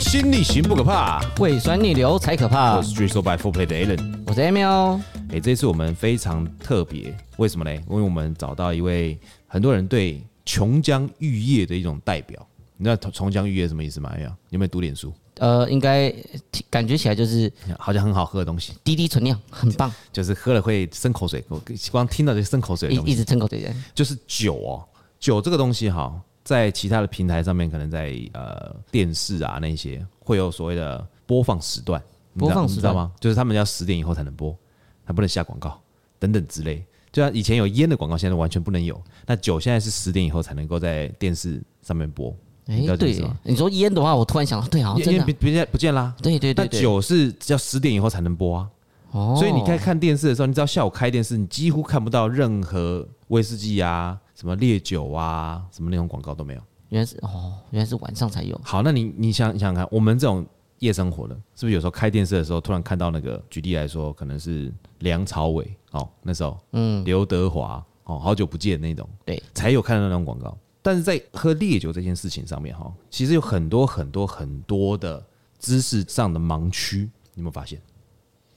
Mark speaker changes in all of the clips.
Speaker 1: 心力行不可怕，
Speaker 2: 胃酸逆流才可怕
Speaker 1: 我。是 Drizzle by Four Play 的 Alan。
Speaker 2: 我是 A 喵，
Speaker 1: 哎、这次我们非常特别，为什么呢？因为我们找到一位很多人对琼浆玉液的一种代表。你知道琼浆玉液是什么意思吗？哎呀，你有没有读脸书？
Speaker 2: 呃，应该听感觉起来就是
Speaker 1: 好像很好喝的东西，
Speaker 2: 滴滴存量，很棒，
Speaker 1: 就是喝了会生口水，我光听到就生口水的东西
Speaker 2: 一。一直撑口水的。
Speaker 1: 就是酒哦，酒这个东西哈，在其他的平台上面，可能在呃电视啊那些会有所谓的播放时段，你知道
Speaker 2: 播放
Speaker 1: 你
Speaker 2: 时
Speaker 1: 知
Speaker 2: 段
Speaker 1: 道吗？就是他们要十点以后才能播，还不能下广告等等之类。就像以前有烟的广告，现在完全不能有。那酒现在是十点以后才能够在电视上面播，你
Speaker 2: 哎
Speaker 1: 知道，这个
Speaker 2: 对
Speaker 1: 意思吗？，
Speaker 2: 你说烟的话，我突然想到，对，好像
Speaker 1: 因
Speaker 2: 真
Speaker 1: 为
Speaker 2: 的
Speaker 1: 不
Speaker 2: 啊，
Speaker 1: 不见不见啦。
Speaker 2: 对对
Speaker 1: 那
Speaker 2: 对对。
Speaker 1: 酒是要十点以后才能播啊。
Speaker 2: 哦
Speaker 1: 所以你在看电视的时候，你只要下午开电视，你几乎看不到任何威士忌啊、什么烈酒啊、什么那种广告都没有。
Speaker 2: 原来是哦，原来是晚上才有。
Speaker 1: 好，那你你想你想想看，我们这种夜生活的，是不是有时候开电视的时候，突然看到那个，举例来说，可能是梁朝伟哦，那时候，嗯，刘德华哦，好久不见那种，
Speaker 2: 对，
Speaker 1: 才有看到那种广告。但是在喝烈酒这件事情上面，哈，其实有很多很多很多的知识上的盲区，你有没有发现？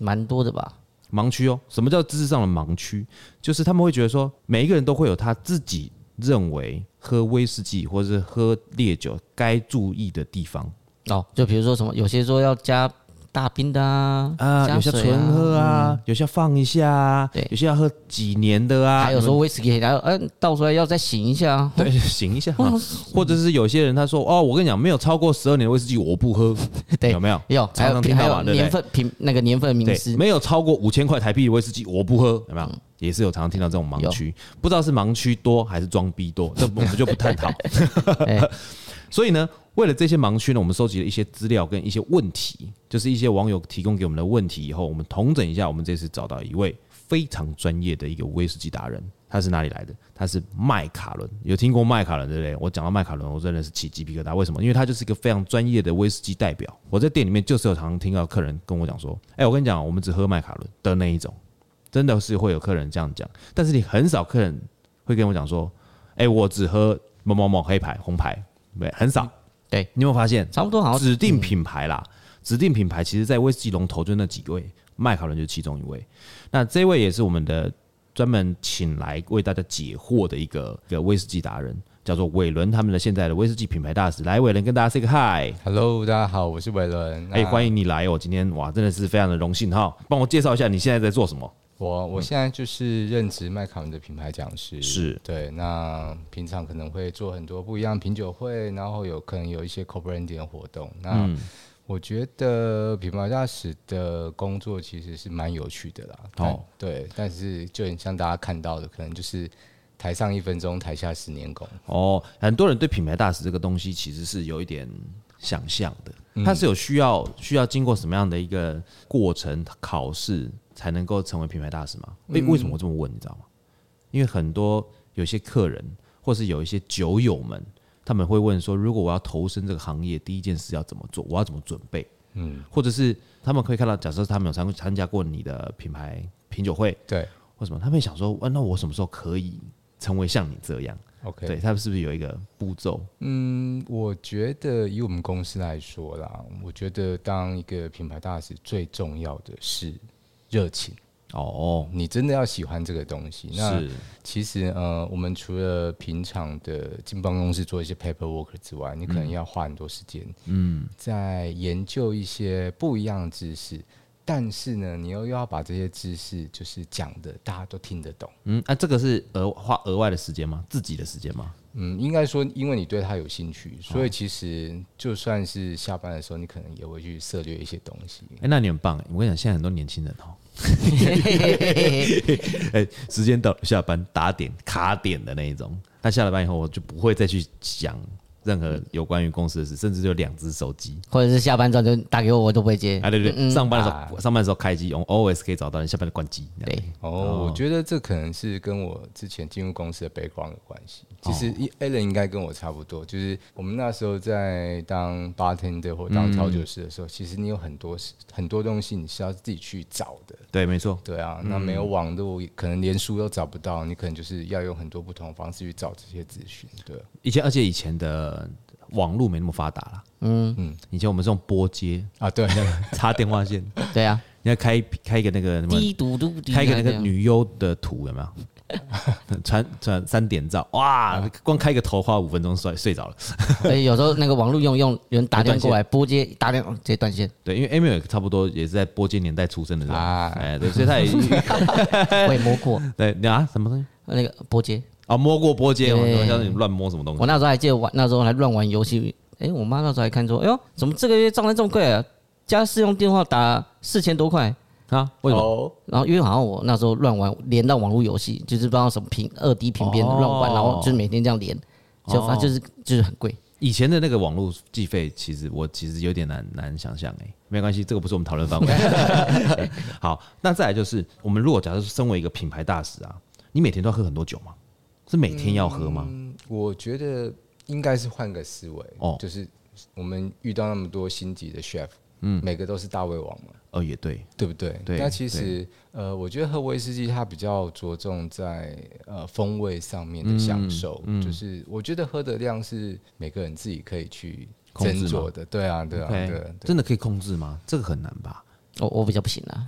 Speaker 2: 蛮多的吧？
Speaker 1: 盲区哦。什么叫知识上的盲区？就是他们会觉得说，每一个人都会有他自己认为喝威士忌或者是喝烈酒该注意的地方
Speaker 2: 哦，就比如说什么，有些说要加大冰的啊，
Speaker 1: 啊，
Speaker 2: 加
Speaker 1: 有些
Speaker 2: 水
Speaker 1: 纯喝啊，有些放一下啊
Speaker 2: 对，
Speaker 1: 有些要喝几年的啊，
Speaker 2: 还有说威士忌，然后嗯，倒出来要再醒一下啊。
Speaker 1: 对，醒一下啊，或者是有些人他说哦，我跟你讲，没有超过十二年的威士忌我不喝，
Speaker 2: 对
Speaker 1: 有没有？
Speaker 2: 有，还
Speaker 1: 常
Speaker 2: 有
Speaker 1: 常听
Speaker 2: 还
Speaker 1: 到
Speaker 2: 有
Speaker 1: 嘛，对不
Speaker 2: 年
Speaker 1: 对？
Speaker 2: 份品那个年份名嗯
Speaker 1: 对，
Speaker 2: 师，
Speaker 1: 没有超过五千块台币的威士忌我不喝，有没有？也是有常常听到这种盲区，不知道是盲区多还是装逼多，这我们就不探 讨。所以呢，为了这些盲区呢，我们收集了一些资料跟一些问题，就是一些网友提供给我们的问题以后，我们统整一下。我们这次找到一位非常专业的一个威士忌达人，他是哪里来的？他是麦卡伦，有听过麦卡伦对不对？我讲到麦卡伦，我真的是起鸡皮疙瘩。为什么？因为他就是一个非常专业的威士忌代表。我在店里面就是有常常听到客人跟我讲说：“哎、我跟你讲，我们只喝麦卡伦的那一种。”真的是会有客人这样讲，但是你很少客人会跟我讲说：“哎、我只喝某某某黑牌、红牌。”对，很少。
Speaker 2: 嗯对，
Speaker 1: 你有没有发现
Speaker 2: 差不多好像
Speaker 1: 指定品牌啦？指定品牌其实在威士忌龙头就那几位，麦卡伦就是其中一位。那这位也是我们的专门请来为大家解惑的一个一个威士忌达人，叫做伟伦，他们的现在的威士忌品牌大使。来，伟伦跟大家 say 个 hi。
Speaker 3: Hello，大家好，我是伟伦。
Speaker 2: 啊
Speaker 1: 哎、欢
Speaker 3: 迎
Speaker 1: 迎你来哦！今天哇，真的是非常的荣幸哈。帮我介绍一下你现在在做什么？
Speaker 3: 我。我现在就是任职麦卡伦的品牌讲师，
Speaker 1: 嗯是
Speaker 3: 对。那平常可能会做很多不一样的品酒会，然后有可能有一些 co-branding 的活动。那
Speaker 1: 嗯
Speaker 3: 我觉得品牌大使的工作其实是蛮有趣的啦。
Speaker 1: 哦
Speaker 3: 哦，对，但是就很像大家看到的，可能就是台上一分钟，台下十年功。
Speaker 1: 哦，很多人对品牌大使这个东西其实是有一点想象的，它是有需要需要经过什么样的一个过程考试才能够成为品牌大使吗？为、为什么我这么问，你知道吗？因为很多有些客人或是有一些酒友们，他们会问说，如果我要投身这个行业，第一件事要怎么做？我要怎么准备？嗯，或者是他们可以看到，假设他们有参参加过你的品牌品酒会
Speaker 3: 对
Speaker 1: 或什么，他们想说，啊，那我什么时候可以成为像你这样？
Speaker 3: ，OK，
Speaker 1: 对，他们是不是有一个步骤？
Speaker 3: 嗯，我觉得以我们公司来说啦，我觉得当一个品牌大使最重要的是热情，
Speaker 1: 哦，
Speaker 3: 你真的要喜欢这个东西。那
Speaker 1: 是
Speaker 3: 其实呃，我们除了平常的进办公室做一些 paper work 之外，你可能要花很多时间，嗯，在研究一些不一样的知识。但是呢，你又要把这些知识就是讲的大家都听得懂。
Speaker 1: 嗯，啊，这个是额花额外的时间吗？自己的时间吗？
Speaker 3: 嗯，应该说，因为你对它有兴趣，所以其实就算是下班的时候，你可能也会去涉猎一些东西。
Speaker 1: 哎、那你很棒、我跟你讲，现在很多年轻人 哦，
Speaker 2: 嘿嘿嘿嘿嘿嘿
Speaker 1: 哎、时间到了下班打点卡点的那一种。那下了班以后，我就不会再去想任何有关于公司的事，甚至就两只手机。
Speaker 2: 或者是下班之后就打给我，我都不会接。
Speaker 1: 啊，对对对，上班的时候、上班的时候开机，我们 always 可以找到你，下班就关机。这样
Speaker 2: 对，
Speaker 3: 哦，我觉得这可能是跟我之前进入公司的 background 有关系。其实一 Alan 应该跟我差不多，就是我们那时候在当 bartender 或当调酒师的时候，其实你有很多事很多东西你是要自己去找的。
Speaker 1: 对，没错。
Speaker 3: 对啊，那没有网络，可能连书都找不到，你可能就是要用很多不同的方式去找这些资讯。对，
Speaker 1: 以前而且以前的网络没那么发达啦，嗯嗯，以前我们是用拨接，
Speaker 3: 啊， 对，
Speaker 1: 插电话线，
Speaker 2: 对啊，
Speaker 1: 你要开一开一个那个什么，
Speaker 2: 滴嘟嘟滴，
Speaker 1: 开一个那个女优的图有没有？ 传传三点照，哇，光开个头花五分钟睡睡着了。
Speaker 2: 所以有时候那个网络用一用，有人打电话过来拨接，打电话直接断线，
Speaker 1: 对，因为 Emil 也差不多也是在拨接年代出生的人，
Speaker 3: 啊
Speaker 1: 哎，对，所以他也 哎
Speaker 2: 我也摸过
Speaker 1: 对你啊什么东西
Speaker 2: 那个拨接。
Speaker 1: 啊摸过拨接，我
Speaker 2: 对
Speaker 1: 像你乱摸什么东西
Speaker 2: 我。那时候还记得玩，那时候还乱玩游戏。哎、我妈那时候还看说，哎呦，怎么这个月账单这么贵啊？加试用电话打四千多块。
Speaker 1: 啊？为什么？
Speaker 3: 哦，
Speaker 2: 然后因为好像我那时候乱玩，连到网络游戏，就是不知道什么屏二 D 屏边
Speaker 1: 哦
Speaker 2: 乱玩，然后就是每天这样连，就反正就是就是很贵。
Speaker 1: 以前的那个网络计费，其实我其实有点难难想象哎、没关系，这个不是我们讨论范围。 对好，那再来就是，我们如果假设是身为一个品牌大使啊，你每天都要喝很多酒吗？是每天要喝
Speaker 3: 嗯
Speaker 1: 吗？
Speaker 3: 我觉得应该是换个思维，
Speaker 1: 哦
Speaker 3: 就是我们遇到那么多星级的 chef，嗯，每个都是大胃王嘛，
Speaker 1: 哦，也对，
Speaker 3: 对不对？
Speaker 1: 对
Speaker 3: 那其实呃，我觉得喝威士忌它比较着重在呃风味上面的享受，
Speaker 1: 嗯
Speaker 3: 就是我觉得喝的量是每个人自己可以去
Speaker 1: 控制
Speaker 3: 斟
Speaker 1: 嘛
Speaker 3: 酌的，对啊，对啊，
Speaker 1: OK，
Speaker 3: 对啊，对啊
Speaker 1: 真的可以控制吗？这个很难吧？
Speaker 2: 我我比较不行啊，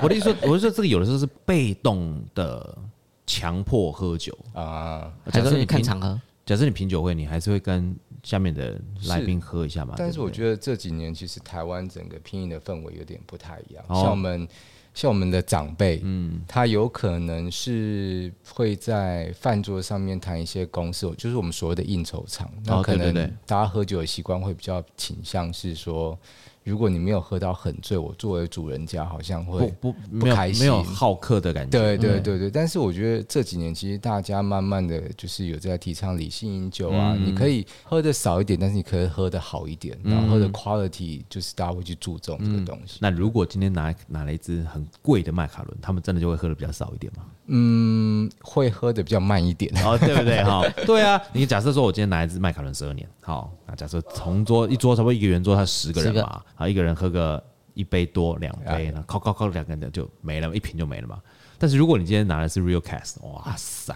Speaker 1: 我的意思说，我是说这个有的时候是被动的强迫喝酒。
Speaker 3: 啊。
Speaker 2: 还
Speaker 1: 假设
Speaker 2: 是
Speaker 1: 你
Speaker 2: 看
Speaker 1: 品，
Speaker 2: 场合。
Speaker 1: 假设你品酒会，你还是会跟下面的来宾喝一下嘛？
Speaker 3: 但是
Speaker 1: 对不
Speaker 3: 我
Speaker 1: 对
Speaker 3: 觉得这几年其实台湾整个拼饮的氛围有点不太一样，
Speaker 1: 哦
Speaker 3: 像我们像我们的长辈，嗯，他有可能是会在饭桌上面谈一些公事，就是我们所谓的应酬场。那可
Speaker 1: 哦对对
Speaker 3: 能
Speaker 1: 对
Speaker 3: 大家喝酒的习惯会比较倾向是说，如果你没有喝到很醉，我作为主人家好像会
Speaker 1: 不不没有
Speaker 3: 开心
Speaker 1: 没有好客的感觉。
Speaker 3: 对对对对，但是我觉得这几年其实大家慢慢的就是有在提倡理性饮酒啊，
Speaker 1: 嗯
Speaker 3: 你可以喝的少一点，但是你可以喝的好一点，然后喝的 quality 就是大家会去注重这
Speaker 1: 嗯
Speaker 3: 个东西。
Speaker 1: 那如果今天拿拿了一支很贵的麦卡伦，他们真的就会喝的比较少一点吗？
Speaker 3: 嗯，会喝的比较慢一点。
Speaker 1: 哦，对不 对？哈、对啊。你假设说我今天拿一支麦卡伦十二年，好，那假设同桌一桌差不多一个圆桌，他十个人啊
Speaker 2: 十
Speaker 1: 嘛，好，一个人喝个一杯多两
Speaker 3: 哎
Speaker 1: 杯，那靠靠靠两个人就没了，一瓶就没了嘛。但是如果你今天拿的是 Real Cast，哇塞，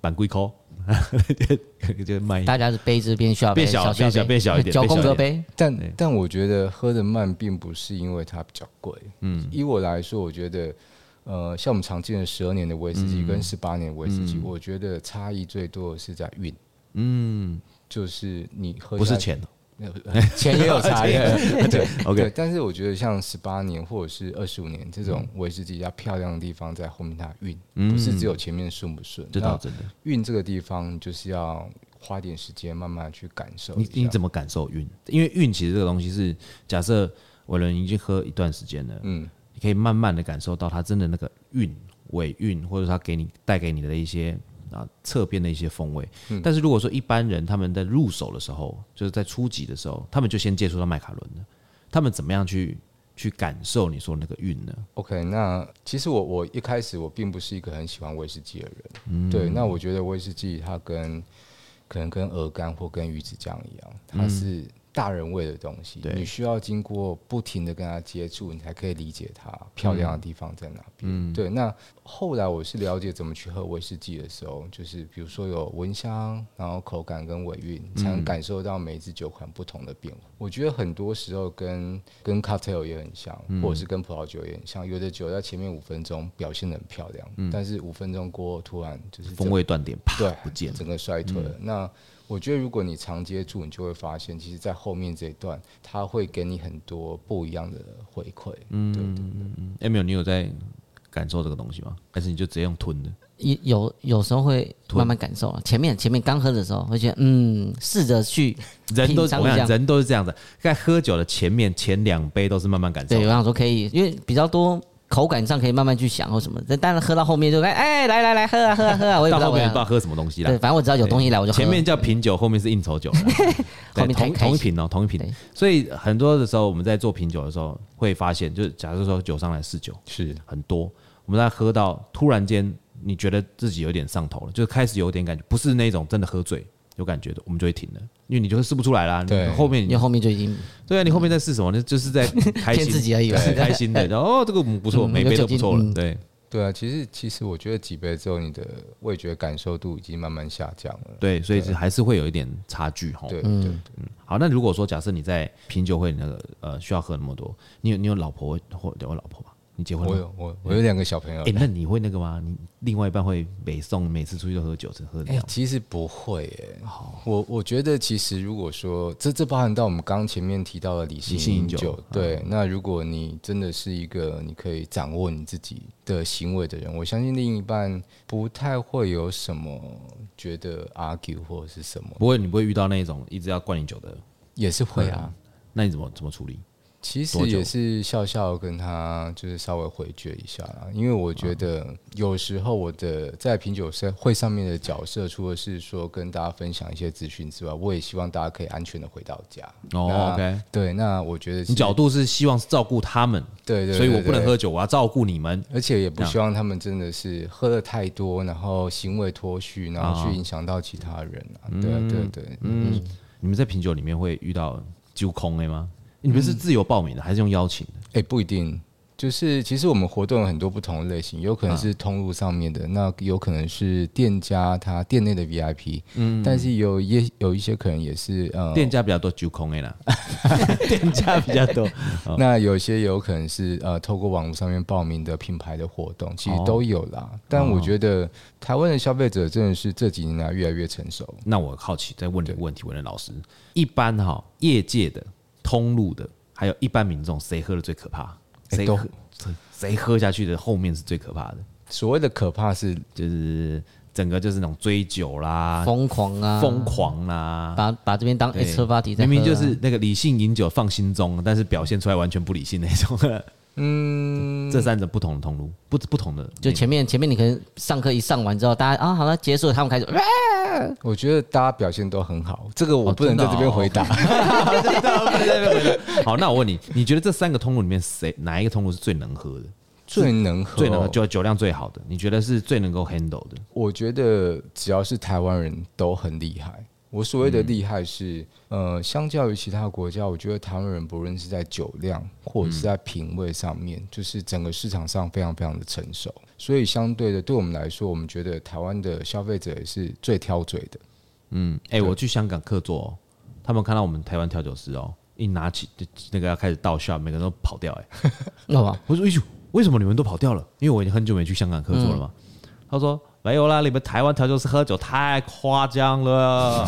Speaker 1: 板龟抠，就 就卖一
Speaker 2: 大家是杯子变小杯，
Speaker 1: 变小
Speaker 2: 小
Speaker 1: 变小变 小一点
Speaker 2: 小
Speaker 1: 变小
Speaker 2: 空格
Speaker 1: 一
Speaker 2: 杯。
Speaker 3: 但但我觉得喝的慢并不是因为它比较贵。嗯，以我来说，我觉得。呃，像我们常见的十二年的威士忌
Speaker 1: 嗯
Speaker 3: 跟十八年的威士忌，我觉得差异最多的是在运。
Speaker 1: 嗯，
Speaker 3: 就是你喝
Speaker 1: 不
Speaker 3: 下
Speaker 1: 是
Speaker 3: 去
Speaker 1: 钱哦
Speaker 3: 钱也 有差异， 对
Speaker 1: OK
Speaker 3: 对但是我觉得像十八年或者是二十五年这种威士忌，它漂亮的地方在后面它的运，
Speaker 1: 嗯
Speaker 3: 不是只有前面顺不顺。
Speaker 1: 这倒
Speaker 3: 那
Speaker 1: 真的。
Speaker 3: 运这个地方就是要花点时间慢慢去感受一
Speaker 1: 你
Speaker 3: 下。
Speaker 1: 你怎么感受运？因为运其实这个东西是，假设伟伦已经喝一段时间了，
Speaker 3: 嗯
Speaker 1: 你可以慢慢的感受到它真的那个韵尾韵，或者它给你带给你的一些啊侧边的一些风味。但是如果说一般人他们在入手的时候，就是在初级的时候，他们就先接触到麦卡伦了，他们怎么样去去感受你说那个韵呢？
Speaker 3: ？OK，那其实我我一开始我并不是一个很喜欢威士忌的人，
Speaker 1: 嗯
Speaker 3: 对，那我觉得威士忌它跟可能跟鹅肝或跟鱼子酱一样，它是大人味的东西，
Speaker 1: 对
Speaker 3: 你需要经过不停的跟它接触，你才可以理解它漂亮的地方在哪边。对，那后来我是了解怎么去喝威士忌的时候，就是比如说有闻香，然后口感跟尾韵，才能感受到每一支酒款不同的变化。我觉得很多时候跟跟 cocktail 也很像，或者是跟葡萄酒也很像，有的酒在前面五分钟表现的很漂亮，但是五分钟过后突然就是整
Speaker 1: 风味断点啪
Speaker 3: 对
Speaker 1: 不见了。嗯
Speaker 3: 整个衰退了。那我觉得，如果你常接触，你就会发现，其实，在后面这一段，它会给你很多不一样的回馈。嗯，对对对。
Speaker 1: 嗯 Emil，你有在感受这个东西吗？还是你就直接用吞的？
Speaker 2: 也有有时候会慢慢感受了，前面前面刚喝的时候会觉得，嗯，试着去
Speaker 1: 人都
Speaker 2: 品
Speaker 1: 是
Speaker 2: 尝
Speaker 1: 我
Speaker 2: 一
Speaker 1: 想
Speaker 2: 下。
Speaker 1: 人都是这样的，在喝酒的前面前两杯都是慢慢感受
Speaker 2: 对，。我想说可以，因为比较多口感上可以慢慢去想或什么，但当然喝到后面就哎哎来来来喝啊喝啊喝啊，我也
Speaker 1: 到
Speaker 2: 不知道
Speaker 1: 后
Speaker 2: 我
Speaker 1: 面
Speaker 2: 要
Speaker 1: 不 知道喝什么东西啦
Speaker 2: 对，，反正我只要有东西来我就喝。啊
Speaker 1: 前面叫品酒，后面是应酬酒 啦，对
Speaker 2: 后面才
Speaker 1: 同
Speaker 2: 开心
Speaker 1: 同一瓶哦，同一
Speaker 2: 对
Speaker 1: 瓶。所以很多的时候，我们在做品酒的时候，会发现，就是假设说酒商来试酒
Speaker 3: 是，
Speaker 1: 很多，我们在喝到突然间，你觉得自己有点上头了，就是开始有点感觉，不是那种真的喝醉有感觉的，我们就会停了，因为你就会试不出来啦。
Speaker 3: 对
Speaker 1: 你后面
Speaker 2: 因
Speaker 1: 你
Speaker 2: 为后面就已经
Speaker 1: 对啊，你后面在试什么呢？就是在开
Speaker 2: 骗
Speaker 1: 心
Speaker 2: 自己而已嘛
Speaker 1: 对开心的。然后哦，这个嗯不错，
Speaker 2: 嗯
Speaker 1: 每杯
Speaker 2: 有
Speaker 1: 都
Speaker 2: 酒精
Speaker 1: 不错了。
Speaker 2: 嗯
Speaker 1: 对，
Speaker 3: 对啊，其实其实我觉得几杯之后，你的味觉感受度已经慢慢下降了。
Speaker 1: 对，所以是还是会有一点差距哈。
Speaker 3: 对对对，
Speaker 1: 好，那如果说假设你在品酒会那个呃需要喝那么多，你有你有老婆或有老婆吗？你结婚
Speaker 3: 我
Speaker 1: 了吗？
Speaker 3: 有我我有两个小朋友
Speaker 1: 哎、，那你会那个吗？你另外一半会北宋每次出去都喝酒，只喝
Speaker 3: 哎、
Speaker 1: 料？
Speaker 3: 其实不会耶、我我觉得其实如果说这这包含到我们刚刚前面提到的理
Speaker 1: 理性
Speaker 3: 性
Speaker 1: 饮
Speaker 3: 饮
Speaker 1: 酒
Speaker 3: 酒，对，那如果你真的是一个你可以掌握你自己的行为的人，我相信另一半不太会有什么觉得 argue 或者是什么，
Speaker 1: 不会，你不会遇到那种一直要灌你酒的，
Speaker 3: 也是会啊。
Speaker 1: 那你怎么怎么处理？
Speaker 3: 其实
Speaker 1: 多久
Speaker 3: 也是笑笑跟他就是稍微回绝一下啦，因为我觉得有时候我的在品酒会上面的角色，除了是说跟大家分享一些资讯之外，我也希望大家可以安全的回到家。
Speaker 1: 哦
Speaker 3: 那
Speaker 1: ，OK，
Speaker 3: 对，那我觉得是
Speaker 1: 你角度是希望是照顾他们，
Speaker 3: 对对对，
Speaker 1: 所以我不能
Speaker 3: 对，
Speaker 1: 喝酒，我要照顾你们。
Speaker 3: 而且也不希望他们真的是喝的太多，然后行为脱序，然后
Speaker 1: 啊
Speaker 3: 去影响到其他人啊。对啊对对，
Speaker 1: 嗯，你们在品酒里面会遇到酒空的吗？你们是自由报名的，还是用邀请的？
Speaker 3: 哎、不一定，就是其实我们活动有很多不同的类型，有
Speaker 1: 嗯
Speaker 3: 可能是通路上面的，那有可能是店家他店内的 VIP，嗯，但是有也有一些可能也是呃，
Speaker 1: 店家比较多酒空的啦，哦 店家比较多。
Speaker 3: 那有些有可能是呃透过网络上面报名的品牌的活动，其实
Speaker 1: 哦
Speaker 3: 都有啦。但我觉得台湾的消费者真的是这几年来越来越成熟，
Speaker 1: 那我好奇，再问你个问题，文任老师，一般哈、业界的、通路的，还有一般民众，谁喝的最可怕？
Speaker 3: 哎
Speaker 1: 谁
Speaker 3: 都
Speaker 1: 喝？谁喝下去的后面是最可怕的，
Speaker 3: 所谓的可怕是
Speaker 1: 就是整个就是那种追酒啦、
Speaker 2: 疯狂啊，
Speaker 1: 疯，狂啦。
Speaker 2: 把把这边当
Speaker 1: 对
Speaker 2: H 车 party 在喝啊
Speaker 1: 明明就是那个理性饮酒放心中，但是表现出来完全不理性那种。嗯，这三种不同的通路，不不同的
Speaker 2: 就前面前面你可能上课一上完之后，大家啊好了结束了，他们开始 啊
Speaker 3: 我觉得大家表现都很好，这个我
Speaker 1: 哦
Speaker 3: 不能
Speaker 1: 真的
Speaker 3: 在
Speaker 1: 哦
Speaker 3: 这边回答。
Speaker 1: 好，那我问你，你觉得这三个通路里面谁哪一个通路是最能喝的？
Speaker 3: 最能喝哦，
Speaker 1: 最能喝酒酒量最好的？你觉得是最能够 handle 的？
Speaker 3: 我觉得只要是台湾人都很厉害。我所谓的
Speaker 2: 嗯
Speaker 3: 厉害是，呃，相较于其他国家，我觉得台湾人不论是在酒量或者是在品味上面，
Speaker 2: 嗯
Speaker 3: 就是整个市场上非常非常的成熟。所以相对的，对我们来说，我们觉得台湾的消费者也是最挑嘴的。
Speaker 1: 嗯，哎、我去香港客座、哦，他们看到我们台湾调酒师哦，一拿起就那个要开始倒下，每个人都跑掉、哎，
Speaker 2: 那么
Speaker 1: 我说哎呦，为什么你们都跑掉了？因为我已经很久没去香港客座了嘛。
Speaker 2: 嗯
Speaker 1: 他说没有啦，你们台湾调酒师喝酒太夸张 了。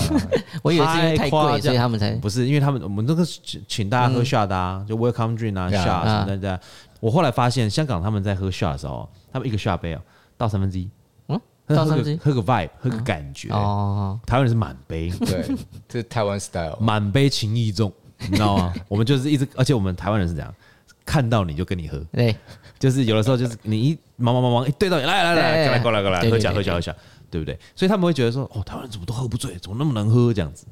Speaker 2: 我以为是因为
Speaker 1: 太
Speaker 2: 太
Speaker 1: 夸张
Speaker 2: 贵，所以他们才
Speaker 1: 不是，因为他们我们那个请请大家喝 shot 的
Speaker 2: 嗯
Speaker 1: 啊，就 welcome drink 啊
Speaker 3: Yeah，
Speaker 1: shot 什么
Speaker 2: 啊
Speaker 1: 的这样。我后来发现，香港他们在喝 shot 的时候，他们一个 shot 杯哦，倒三分之一，
Speaker 2: 嗯
Speaker 1: 喝
Speaker 2: 倒三分之一嗯
Speaker 1: 喝个喝个 vibe，喝个感觉。
Speaker 2: 哦，
Speaker 1: 台湾人是满杯，
Speaker 3: 对，这是台湾 style。
Speaker 2: 嗯
Speaker 1: 满杯情意重，你知道吗？我们就是一直，而且我们台湾人是这样，看到你就跟你喝，
Speaker 2: 对，就是
Speaker 1: 是有的时候就是你一忙忙忙忙一对到你，来来来来，过来过来过来，
Speaker 2: 哎对对
Speaker 1: 喝起来
Speaker 2: 对
Speaker 1: 喝起来喝起来，对不对？所以他们会觉得说，哦，台湾人怎么都喝不醉，怎么那么能喝这 样子？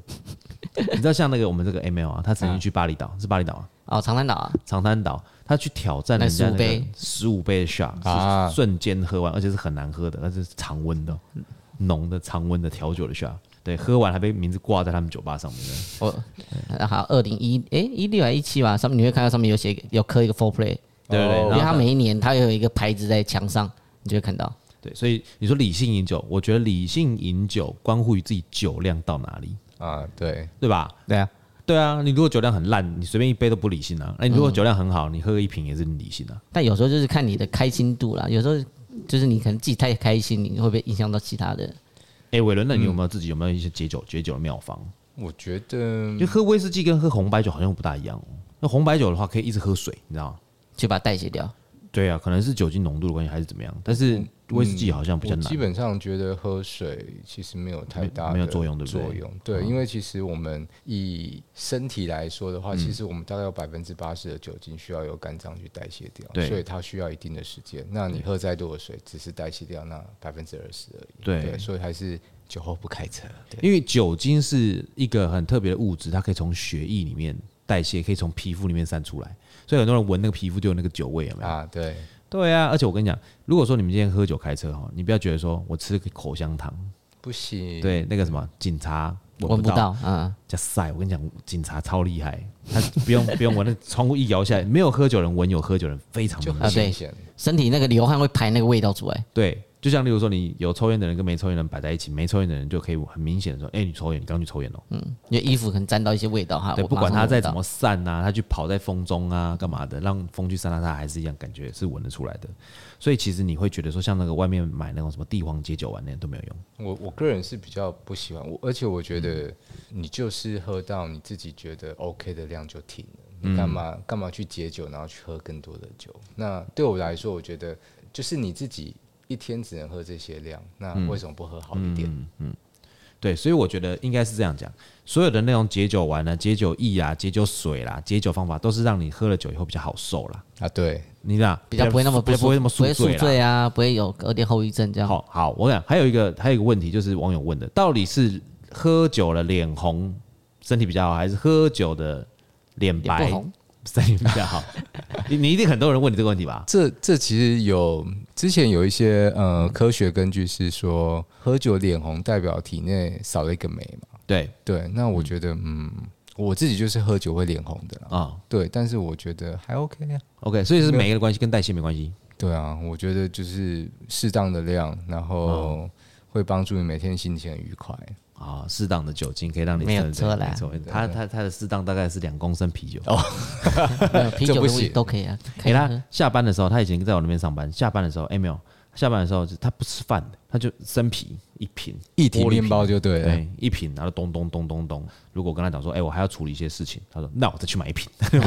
Speaker 1: 你知道像那个我们这个 ML 啊，他曾经去巴厘岛，是巴厘岛啊，
Speaker 2: 哦，长滩岛啊，
Speaker 1: 长滩岛，他去挑战人家那
Speaker 2: 那15
Speaker 1: 个
Speaker 2: 杯
Speaker 1: 十五杯的 shot，
Speaker 3: 啊
Speaker 1: 是瞬间喝完，而且是很难喝的，那是常温的哦，
Speaker 2: 嗯
Speaker 1: 浓的常温的调酒的 shot。对，喝完还被名字挂在他们酒吧上面的，
Speaker 2: 我好二零一哎一六还一七吧，上面你会看到上面有写有刻一个 four play，
Speaker 1: 对不对？
Speaker 3: 哦
Speaker 1: 然
Speaker 2: 因为
Speaker 1: 后
Speaker 2: 它每一年它有一个牌子在墙上，你就会看到。
Speaker 1: 对，所以你说理性饮酒，我觉得理性饮酒关乎于自己酒量到哪里，
Speaker 3: 啊，对，
Speaker 1: 对吧？
Speaker 2: 对啊，
Speaker 1: 对啊，你如果酒量很烂，你随便一杯都不理性啊。那你如果酒量很好，你喝一瓶也是你理性啊。
Speaker 2: 但有时候就是看你的开心度啦，有时候就是你可能自己太开心，你会不会影响到其他的？
Speaker 1: 哎，伟伦，那你有没有自己有没有一些解酒解酒的妙方？
Speaker 3: 我觉得
Speaker 1: 就喝威士忌跟喝红白酒好像不大一样哦。那红白酒的话，可以一直喝水，你知道吗？
Speaker 2: 去把它代谢掉。
Speaker 1: 对啊，可能是酒精浓度的关系还是怎么样，但是威士忌好像比较
Speaker 3: 我基
Speaker 1: 难。
Speaker 3: 本上觉得喝水其实没有太大的
Speaker 1: 没有作用对不对嗯
Speaker 3: 作用对，因为其实我们以身体来说的话，
Speaker 1: 嗯
Speaker 3: 其实我们大概有百分之八十的酒精需要由肝脏去代谢掉，
Speaker 1: 对
Speaker 3: 所以它需要一定的时间。那你喝再多的水，只是代谢掉那百分之二十而已。
Speaker 1: 对
Speaker 3: 所以还是酒后不开车。对，
Speaker 1: 因为酒精是一个很特别的物质，它可以从血液里面代谢，可以从皮肤里面散出来，所以很多人闻那个皮肤就有那个酒味，有没有？
Speaker 3: 啊，对，
Speaker 1: 对啊，而且我跟你讲，如果说你们今天喝酒开车哈，你不要觉得说我吃个口香糖，
Speaker 3: 不行。
Speaker 1: 对那个什么警察闻
Speaker 2: 闻
Speaker 1: 不
Speaker 2: 不
Speaker 1: 到。
Speaker 2: 到，嗯，
Speaker 1: 加塞，我跟你讲，警察超厉害，他不用不用闻，那窗户一摇下来，没有喝酒人闻，有喝酒人非常
Speaker 3: 就
Speaker 1: 明
Speaker 3: 很
Speaker 2: 啊
Speaker 1: 显。
Speaker 2: 对
Speaker 3: 明显。
Speaker 2: 身体那个流汗会排那个味道出来，
Speaker 1: 对，就像例如说，你有抽烟的人跟没抽烟的人摆在一起，没抽烟的人就可以很明显的说，哎、你抽烟，你刚去抽烟哦、
Speaker 2: 因为衣服可能沾到一些味道哈。
Speaker 1: 对，
Speaker 2: 我
Speaker 1: 不管
Speaker 2: 马
Speaker 1: 他
Speaker 2: 上
Speaker 1: 再
Speaker 2: 闻到
Speaker 1: 怎么散呐、他去跑在风中啊，干嘛的，让风去散啊它，他还是一样感觉是闻得出来的。所以其实你会觉得说，像那个外面买那种什么帝王解酒丸那样都没有用。
Speaker 3: 我我个人是比较不喜欢，我而且我觉得你就是喝到你自己觉得 OK 的量就停了，你干嘛干嘛去解酒，然后去喝更多的酒？那对我来说，我觉得就是你自己一天只能喝这些量，那为什么不喝好一点？
Speaker 1: 对，所以我觉得应该是这样讲，所有的那种解酒丸呢、啊、解酒液啊、解酒水啦、解酒方法，都是让你喝了酒以后比较好受啦。
Speaker 3: 啊，对，
Speaker 1: 你讲
Speaker 2: 比较不会那么
Speaker 1: 比较不会那么宿
Speaker 2: 不会宿
Speaker 1: 醉啦。
Speaker 2: 醉啊，不会有有点后遗症这样。
Speaker 1: 好好，我讲还有一个还有一个问题，就是网友问的，到底是喝酒了脸红身体比较好，还是喝酒的脸
Speaker 2: 也不
Speaker 1: 白
Speaker 2: 红，
Speaker 1: 身体比较好？ 你你一定很多人问你这个问题吧？
Speaker 3: 这这其实有之前有一些呃科学根据是说，喝酒脸红代表体内少了一个酶嘛。
Speaker 1: 对
Speaker 3: 对，那我觉得嗯，我自己就是喝酒会脸红的啦。
Speaker 1: 啊、
Speaker 3: 对，但是我觉得还 OK 啊。
Speaker 1: o k 所以是每个的关系跟代谢没关系。
Speaker 3: 对啊，我觉得就是适当的量，然
Speaker 1: 嗯
Speaker 3: 后会帮助你每天心情很愉快。
Speaker 1: 啊，适当的酒精可以让你
Speaker 2: 没有
Speaker 1: 真的
Speaker 2: 错啦
Speaker 1: 没错，它它它的适当大概是两公升啤酒。
Speaker 2: 没有啤酒
Speaker 3: 这
Speaker 2: 跟
Speaker 3: 不
Speaker 2: 威士忌
Speaker 3: 行
Speaker 2: 都可以啊。可
Speaker 1: 给
Speaker 2: 以
Speaker 1: 哎他
Speaker 2: 喝
Speaker 1: 下班的时候，他以前在我那边上班，下班的时候，哎、没有，下班的时候就他不吃饭的，他就生啤一瓶，
Speaker 3: 一体
Speaker 1: 玻璃
Speaker 3: 面包
Speaker 1: 瓶
Speaker 3: 就对了。
Speaker 1: 对，一瓶，然后咚咚咚咚咚。如果我跟他讲说，哎、我还要处理一些事情，他说，那我再去买一瓶。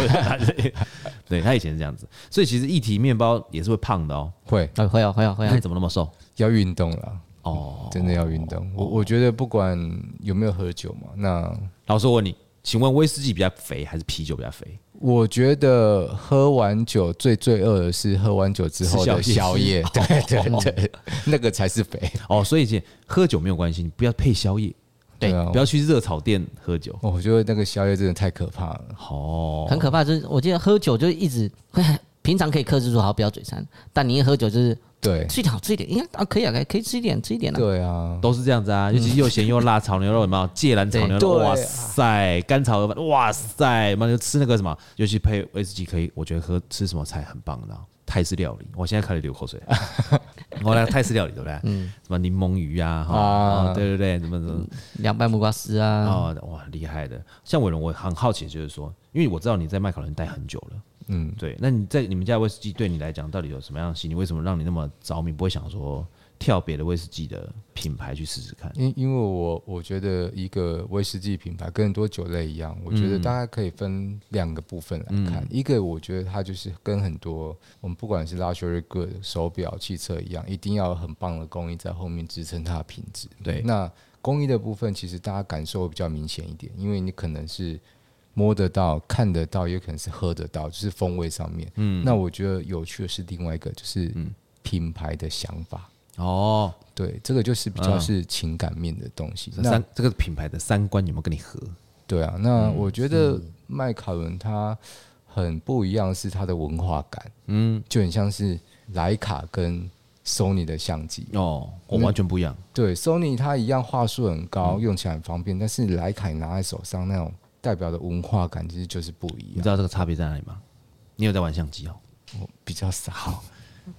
Speaker 1: 对他以前是这样子，所以其实一体面包也是会胖的哦。
Speaker 3: 会
Speaker 2: 哎会哦会哦会
Speaker 1: 那你
Speaker 2: 哦，
Speaker 1: 怎么那么瘦？
Speaker 3: 要运动啦，
Speaker 1: 哦，
Speaker 3: 真的要运动。我我觉得不管有没有喝酒嘛，那
Speaker 1: 老师我问你，请问威士忌比较肥还是啤酒比较肥？
Speaker 3: 我觉得喝完酒最罪恶的是喝完酒之后的
Speaker 1: 吃
Speaker 3: 宵
Speaker 1: 宵夜
Speaker 3: 夜，对 对对，那个才是肥。
Speaker 1: 哦，所以姐喝酒没有关系，你不要配宵夜，
Speaker 2: 对
Speaker 3: 啊
Speaker 1: 不，要去热炒店喝酒。
Speaker 3: 哦我觉得那个宵夜真的太可怕了。
Speaker 1: 哦，
Speaker 2: 很可怕。就是我记得喝酒就一直， 平常可以克制住，好不要嘴馋，但你一喝酒就是
Speaker 3: 对
Speaker 2: 吃一点好吃一点，应该啊可以啊，可以可以吃一点吃一点啊。
Speaker 3: 对啊，
Speaker 1: 都是这样子啊，尤其是又咸又辣，炒牛肉有 没有？芥兰炒牛肉，
Speaker 3: 哎对
Speaker 1: 哇塞！干炒鹅饭，哇塞！妈就吃那个什么，尤其配威士忌可以，我觉得喝吃什么菜很棒的啊。泰式料理，我现在开始流口 水。我来泰式料理对不对？嗯，什么柠檬鱼啊，哈、
Speaker 3: 啊嗯
Speaker 1: 哦对对对，怎么怎么，
Speaker 2: 凉拌木瓜丝啊，
Speaker 1: 哦，哇，厉害的。像伟龙，我很好奇，就是说，因为我知道你在麦考伦待很久了，
Speaker 3: 嗯，
Speaker 1: 对，那你在你们家的威士忌对你来讲到底有什么样的吸引力？为什么让你那么着迷？不会想说跳别的威士忌的品牌去试试看？
Speaker 3: 因因为我我觉得一个威士忌品牌跟很多酒类一样，我觉
Speaker 1: 嗯
Speaker 3: 得大概可以分两个部分来看。一个我觉得它就是跟很多我们不管是 luxury good 手表、汽车一样，一定要有很棒的工艺在后面支撑它的品质。
Speaker 1: 对
Speaker 3: 那工艺的部分其实大家感受会比较明显一点，因为你可能是。摸得到、看得到，也可能是喝得到，就是风味上面。嗯，那我觉得有趣的是另外一个，就是
Speaker 1: 嗯
Speaker 3: 品牌的想法。
Speaker 1: 哦，
Speaker 3: 对，这个就是比较
Speaker 1: 嗯
Speaker 3: 是情感面的东西。
Speaker 1: 这
Speaker 3: 那
Speaker 1: 三嗯这个品牌的三观有没有跟你合？
Speaker 3: 对啊，那我觉得麦卡伦它很不一样，是它的文化感，嗯，就很像是徕卡跟 Sony 的相机。
Speaker 1: 哦，我完全不一样。
Speaker 3: 对，Sony 它一样话术很高，
Speaker 1: 嗯
Speaker 3: 用起来很方便，但是徕卡你拿在手上那种代表的文化感，其实就是不一
Speaker 1: 你
Speaker 3: 样
Speaker 1: 知。道这个差别在哪里吗？你有在玩相机哦，
Speaker 3: 我比较少，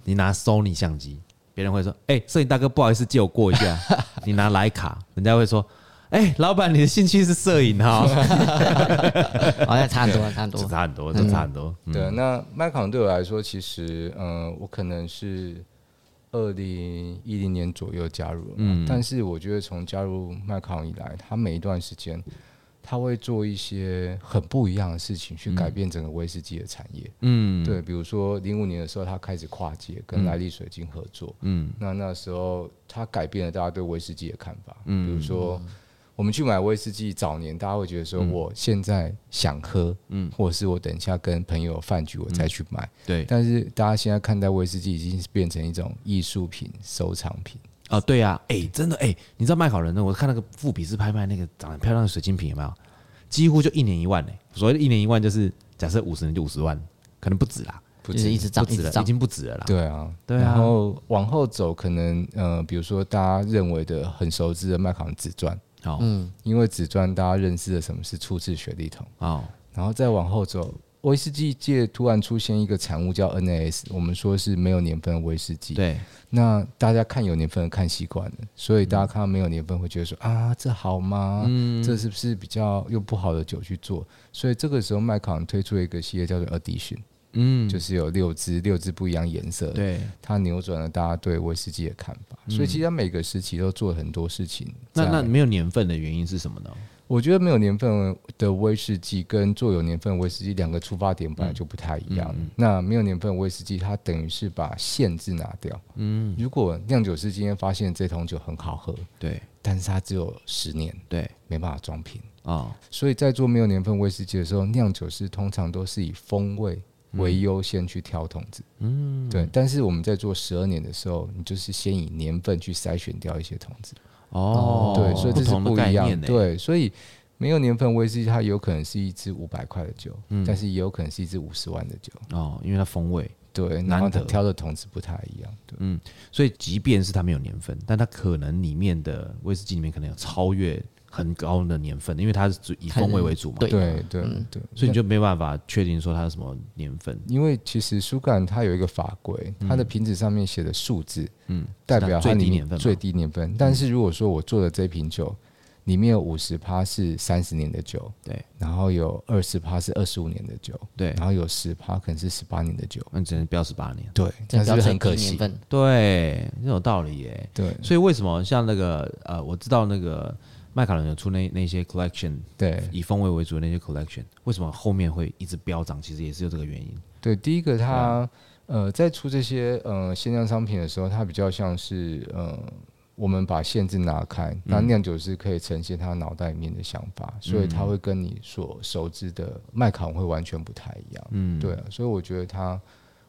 Speaker 1: 你拿 Sony 相机，别人会说：“哎、摄影大哥，不好意思，借我过一 下。”你拿徕卡，人家会说：“哎、老板，你的兴 趣是摄影哈、哦。
Speaker 2: 好像哦差很多，差很”
Speaker 1: 这
Speaker 2: 多。
Speaker 1: 差很多，这差很多。嗯
Speaker 3: 对啊，那麦卡伦对我来说，其实，嗯、我可能是二零一零年左右加入，嗯，但是我觉得从加入麦卡伦以来，他每一段时间，他会做一些很不一样的事情，去改变整个威士忌的产业。
Speaker 1: 嗯，
Speaker 3: 对，比如说零五年的时候，他开始跨界跟莱利水晶合作，嗯，那那时候他改变了大家对威士忌的看法，嗯，比如说。我们去买威士忌，早年大家会觉得说，我现在想喝，嗯，或者是我等一下跟朋友饭局我再去买。
Speaker 1: 对
Speaker 3: 但是大家现在看待威士忌已经是变成一种艺术品、收藏品。
Speaker 1: 啊，对呀、啊，哎、真的哎、你知道麦考伦呢？我看那个富比斯拍卖那个长得很漂亮的水晶瓶有没有？几乎就一年一万呢、所谓的一年一万，就是假设五十年就五十万，可能不止啦，
Speaker 3: 不
Speaker 2: 就是一直涨，
Speaker 1: 不
Speaker 2: 一
Speaker 1: 止啊
Speaker 2: 直
Speaker 1: 了，已
Speaker 2: 涨，
Speaker 1: 经不止了啦。
Speaker 3: 对啊，
Speaker 1: 对啊
Speaker 3: 然后往后走，可能呃，比如说大家认为的很熟知的麦卡伦紫钻，
Speaker 1: 好，
Speaker 3: 因为纸专大家认识的什么是初次学历桶，
Speaker 1: 好，
Speaker 3: 然后再往后走，威士忌界突然出现一个产物叫 NAS，我们说是没有年份的威士忌。
Speaker 1: 对，
Speaker 3: 那大家看有年份的看习惯了，所以大家看到没有年份会觉得说
Speaker 1: 嗯
Speaker 3: 啊，这好吗？这是不是比较用不好的酒去做？所以这个时候麦卡伦推出了一个系列叫做 Addition，
Speaker 1: 嗯，
Speaker 3: 就是有六支，六支不一样颜色，
Speaker 1: 对。嗯
Speaker 3: 它扭转了大家对威士忌的看法。所以其实它每个时期都做了很多事情。
Speaker 1: 那
Speaker 3: 在
Speaker 1: 那没有年份的原因是什么呢？
Speaker 3: 我觉得没有年份的威士忌跟做有年份的威士忌两个出发点本来就不太一样。那没有年份的威士忌，它等于是把限制拿掉。嗯，如果酿酒师今天发现这桶酒很好喝，
Speaker 1: 对
Speaker 3: 但是它只有十年，
Speaker 1: 对
Speaker 3: 没办法装瓶，
Speaker 1: 啊，
Speaker 3: 所以在做没有年份威士忌的时候，酿酒师通常都是以风味为优先去挑桶子。嗯，对。但是我们在做十二年的时候，你就是先以年份去筛选掉一些桶子。
Speaker 1: 哦，
Speaker 3: 对，所以这
Speaker 1: 不
Speaker 3: 是
Speaker 1: 同的
Speaker 3: 不
Speaker 1: 概
Speaker 3: 一样。
Speaker 1: 念呢。欸
Speaker 3: 对，所以没有年份威士忌，它有可能是一支五百块的酒，
Speaker 1: 嗯
Speaker 3: 但是也有可能是一支五十万的酒。
Speaker 1: 哦，因为它风味，
Speaker 3: 对，然
Speaker 1: 难
Speaker 3: 后
Speaker 1: 得嗯
Speaker 3: 它挑的桶子不太一样。对，
Speaker 1: 所以即便是它没有年份，但它可能里面的威士忌里面可能有超越很高的年份，因为它是以风味为主嘛。
Speaker 2: 对
Speaker 3: 对，对，对。
Speaker 1: 所以你就没办法确定说它是什么年份。
Speaker 3: 因为其实苏格兰它有一个法规，它的瓶子上面写的数字，
Speaker 1: 嗯，
Speaker 3: 代表
Speaker 1: 是它最
Speaker 3: 它
Speaker 1: 低
Speaker 3: 里面
Speaker 1: 年份嘛
Speaker 3: 最低年份。但是如果说我做的这瓶酒里面有五十趴是三十年的酒，
Speaker 1: 对
Speaker 3: 然后有二十趴是二十五年的酒，
Speaker 1: 对，啊
Speaker 3: 然后有十趴可能是十八年的酒，
Speaker 1: 那你只能标十八年。
Speaker 3: 对，
Speaker 2: 这样
Speaker 3: 但是
Speaker 2: 不要
Speaker 3: 很
Speaker 2: 很
Speaker 3: 可
Speaker 2: 可
Speaker 3: 惜
Speaker 2: 年，份，
Speaker 1: 对，这有道理耶。
Speaker 3: 对
Speaker 1: 所以为什么像那个呃，我知道那个麦卡伦有出那那些 collection，
Speaker 3: 对
Speaker 1: 以风味为主的那些 collection，为什么后面会一直飙涨？其实也是有这个原因。
Speaker 3: 对，第一个它呃在出这些呃限量商品的时候，它比较像是呃我们把限制拿开，那酿酒师可以呈现他脑袋里面的想法，所以他会跟你所熟知的麦卡伦会完全不太一样。
Speaker 1: 嗯，
Speaker 3: 对啊，所以我觉得它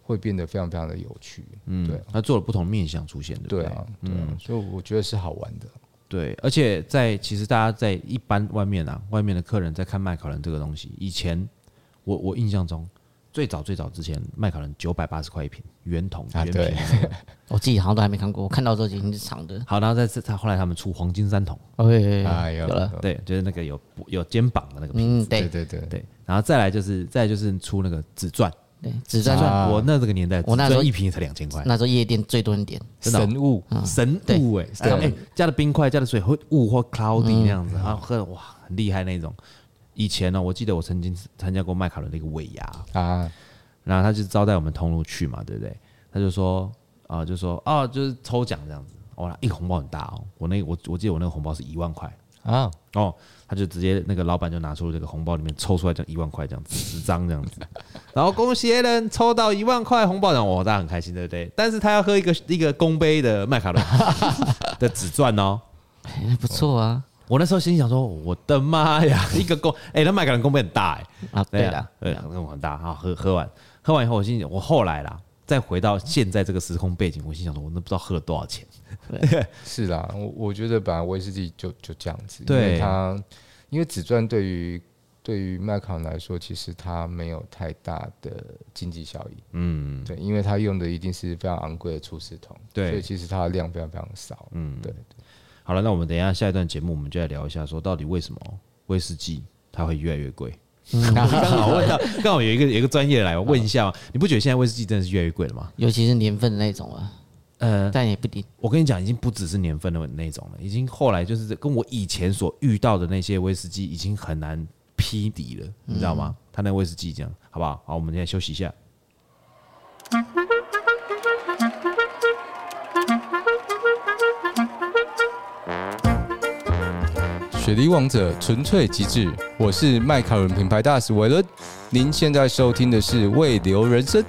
Speaker 3: 会变得非常非常的有趣。
Speaker 1: 嗯，
Speaker 3: 对啊
Speaker 1: 他做了不同面向出现，对不
Speaker 3: 对
Speaker 1: 对？
Speaker 3: 啊，对啊，所以我觉得是好玩的。
Speaker 1: 对，而且在其实大家在一般外面啊，外面的客人在看麦考伦这个东西，以前我我印象中最早最早之前，麦考伦九百八十块一瓶圆筒圆
Speaker 3: 啊
Speaker 1: 瓶
Speaker 3: 对
Speaker 1: 的那个、
Speaker 2: 我哦自己好像都还没看过，我看到之后已经是长的。
Speaker 1: 好，然后在这他后来他们出黄金三桶，
Speaker 2: 哎，
Speaker 3: 哎
Speaker 2: 有
Speaker 3: 呦
Speaker 2: 了，，
Speaker 1: 对，就是那个有有肩膀的那个瓶，
Speaker 2: 嗯，
Speaker 3: 对
Speaker 2: 对
Speaker 3: 对对，
Speaker 1: 对，然后再来就是再来就是出那个紫钻，
Speaker 2: 对，只
Speaker 1: 紫
Speaker 2: 在
Speaker 1: 钻、
Speaker 3: 啊
Speaker 1: 我那这个年代，
Speaker 2: 我那时
Speaker 1: 紫
Speaker 2: 候
Speaker 1: 钻一瓶才两千块。
Speaker 2: 那时候夜店最多人点，
Speaker 1: 真的哦
Speaker 3: 神物。
Speaker 1: 神雾哎、
Speaker 2: 对
Speaker 1: 然后哎、加了冰块，加了水会雾或 cloudy 那样子，然后喝哇很厉害那种。以前呢、我记得我曾经参加过麦卡伦的一个尾牙，
Speaker 3: 啊，
Speaker 1: 然后他就招待我们同路去嘛，对不对？他就说啊、就说哦，就是抽奖这样子，哇，一个红包很大哦，我那我我记得我那个红包是一万块
Speaker 3: 啊，
Speaker 1: 哦，他就直接那个老板就拿出这个红包里面抽出来这样一万块这样子十张这样子，然后恭喜 a l 抽到一万块红包，然后我大家很开心，对不对？但是他要喝一个一个公杯的麦卡伦的紫钻哦。
Speaker 2: 哎，不错啊，
Speaker 1: 我那时候心想说，我的妈呀，一个公哎、那麦卡伦公杯很大哎、
Speaker 2: 啊，对
Speaker 1: 啊
Speaker 2: 了，，
Speaker 1: 对啊，那种很大啊，喝喝完，喝完以后，我心里我后来啦，再回到现在这个时空背景，我心想说，我都不知道喝了多少钱。
Speaker 3: 是啦，我我觉得本来威士忌就就这样子，因
Speaker 1: 对
Speaker 3: 为它因为紫钻对于对于麦考来说，其实它没有太大的经济效益，
Speaker 1: 嗯，
Speaker 3: 对，因为它用的一定是非常昂贵的厨师桶，
Speaker 1: 对
Speaker 3: 所以其实它的量非常非常少，嗯，对，
Speaker 1: 好了，那我们等一下下一段节目，我们就来聊一下，说到底为什么威士忌它会越来越贵。刚
Speaker 2: 嗯
Speaker 1: 好问到，啊刚好有一个有一个专业来我问一下嘛，你不觉得现在威士忌真的是越来越贵了吗？
Speaker 2: 尤其是年份的那种啊，
Speaker 1: 呃，
Speaker 2: 但也不低，
Speaker 1: 我跟你讲，已经不只是年份的那种了，已经后来就是跟我以前所遇到的那些威士忌已经很难匹敌了，你知道吗？它那个威士忌这样，好不好？好，我们现在休息一下。
Speaker 3: 雪梨王者纯粹极致，我是麦考伦品牌大使韦伦，您现在收听的是《未流人生》。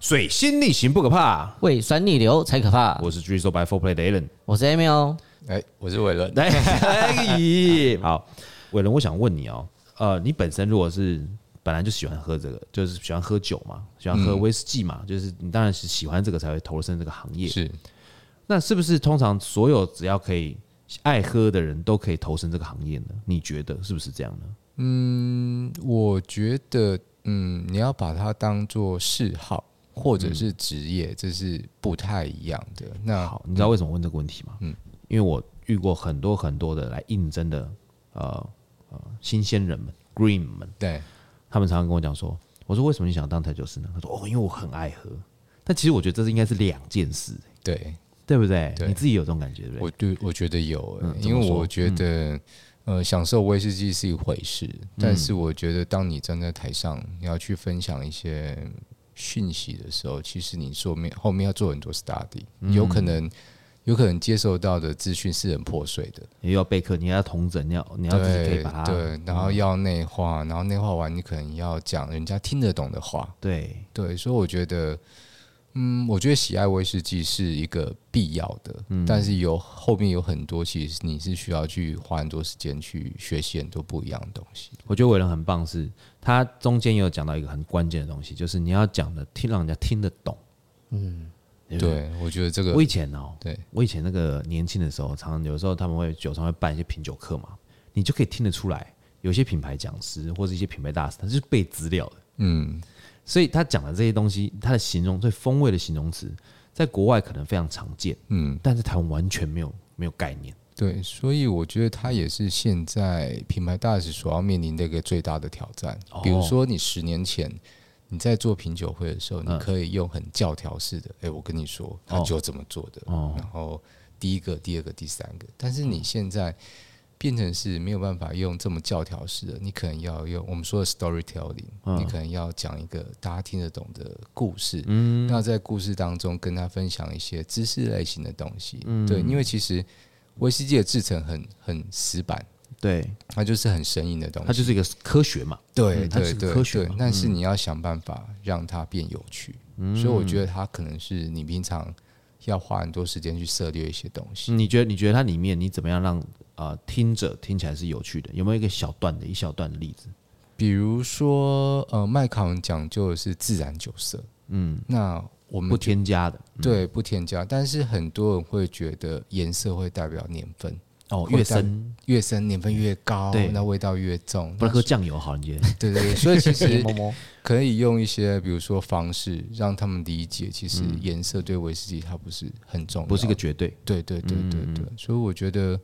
Speaker 1: 水星逆行不可怕，
Speaker 2: 胃酸逆流才可怕。
Speaker 1: 我是 Drizzle by Four Play 的 Alan。
Speaker 2: 我是 Amy 哦，
Speaker 3: 哎，我是韦伦，
Speaker 1: 来，哎 好，伟伦，我想问你哦，呃，你本身如果是本来就喜欢喝这个，就是喜欢喝酒嘛，喜欢喝威士忌嘛，就是你当然是喜欢这个才会投身这个行业。
Speaker 3: 是
Speaker 1: 那是不是通常所有只要可以爱喝的人都可以投身这个行业呢？你觉得是不是这样呢？
Speaker 3: 我觉得，嗯，你要把它当做嗜好，或者是职业，这是不太一样的。那
Speaker 1: 好，你知道为什么问这个问题吗？嗯
Speaker 3: 嗯，
Speaker 1: 因为我遇过很多很多的来应征的呃呃新鲜人们，green 们，
Speaker 3: 对，
Speaker 1: 他们常常跟我讲说，我说为什么你想当调酒师呢？他说哦，因为我很爱喝。但其实我觉得这是应该是两件事，
Speaker 3: 对，
Speaker 1: 对不对？
Speaker 3: 对
Speaker 1: 你自己有这种感觉，对不对？
Speaker 3: 我对我觉得有、欸
Speaker 1: 嗯怎
Speaker 3: 因
Speaker 1: 么
Speaker 3: 为
Speaker 1: 说嗯
Speaker 3: 我觉得、呃，享受威士忌是一回事，但是我觉得当你站在台上，你要去分享一些讯息的时候，其实你说面后面要做很多 study，、有
Speaker 1: 嗯
Speaker 3: 可能有可能接受到的资讯是很破碎的，
Speaker 1: 你又要备课，你要同整，你要你要自己可以
Speaker 3: 对
Speaker 1: 把它嗯
Speaker 3: 对，然后要内化，然后内化完，你可能要讲人家听得懂的话，
Speaker 1: 对
Speaker 3: 对，所以我觉得，嗯，我觉得喜爱威士忌是一个必要的，
Speaker 1: 嗯
Speaker 3: 但是有后面有很多，其实你是需要去花很多时间去学习很多不一样的东西。
Speaker 1: 我觉得伟人很棒是，他中间也有讲到一个很关键的东西，就是你要讲的听，让人家听得懂。嗯，不
Speaker 3: 对，我觉得这个
Speaker 1: 我以前哦，
Speaker 3: 对
Speaker 1: 我以前那个年轻的时候，常常有时候他们会酒商会办一些品酒课嘛，你就可以听得出来，有些品牌讲师或者一些品牌大师，他就是背资料的，
Speaker 3: 嗯，
Speaker 1: 所以他讲的这些东西，他的形容对风味的形容词，在国外可能非常常见，
Speaker 3: 嗯，
Speaker 1: 但在台湾完全没有没有概念。
Speaker 3: 对，所以我觉得它也是现在品牌大使所要面临的一个最大的挑战。比如
Speaker 1: 哦
Speaker 3: 说，你十年前你在做品酒会的时候，你
Speaker 1: 嗯
Speaker 3: 可以用很教条式的，哎、我跟你说，它
Speaker 1: 哦
Speaker 3: 酒怎么做的，
Speaker 1: 哦嗯
Speaker 3: 然后第一个、第二个、第三个。但是你现在变成是没有办法用这么教条式的，你可能要用我们说的 storytelling，、
Speaker 1: 嗯
Speaker 3: 你可能要讲一个大家听得懂的故事。嗯，那在故事当中跟他分享一些知识类型的东西。嗯，对，因为其实威士忌的制成很很死板，
Speaker 1: 对，
Speaker 3: 它就是很生硬的东
Speaker 1: 它
Speaker 3: 西。
Speaker 1: 就是一个科学嘛。
Speaker 3: 对
Speaker 1: 嗯它
Speaker 3: 对
Speaker 1: 是
Speaker 3: 对
Speaker 1: 科学
Speaker 3: 对
Speaker 1: 嘛，嗯
Speaker 3: 但是你要想办法让它变有趣，所以我觉得它可能是你平常要花很多时间去涉猎一些东西。
Speaker 1: 你觉得你觉得它里面你怎么样让呃听者听起来是有趣的？有没有一个小段的一小段的例子？
Speaker 3: 比如说，呃，麦卡伦讲究的是自然酒色，嗯，那我们
Speaker 1: 不
Speaker 3: 觉
Speaker 1: 添加的
Speaker 3: 对不添加，但是很多人会觉得颜色会代表年份，
Speaker 1: 哦，越
Speaker 3: 会带
Speaker 1: 深
Speaker 3: 越深年份越高
Speaker 1: 对，
Speaker 3: 那味道越重。
Speaker 1: 不
Speaker 3: 那
Speaker 1: 然喝酱油好，你 觉得？
Speaker 3: 对对对，所以 其实
Speaker 2: 摸摸
Speaker 3: 可以用一些，比如说方式，让他们理解，其实颜色对威士忌它不是很重要，
Speaker 1: 嗯不是一个绝对。
Speaker 3: 对对对对对，所以我觉得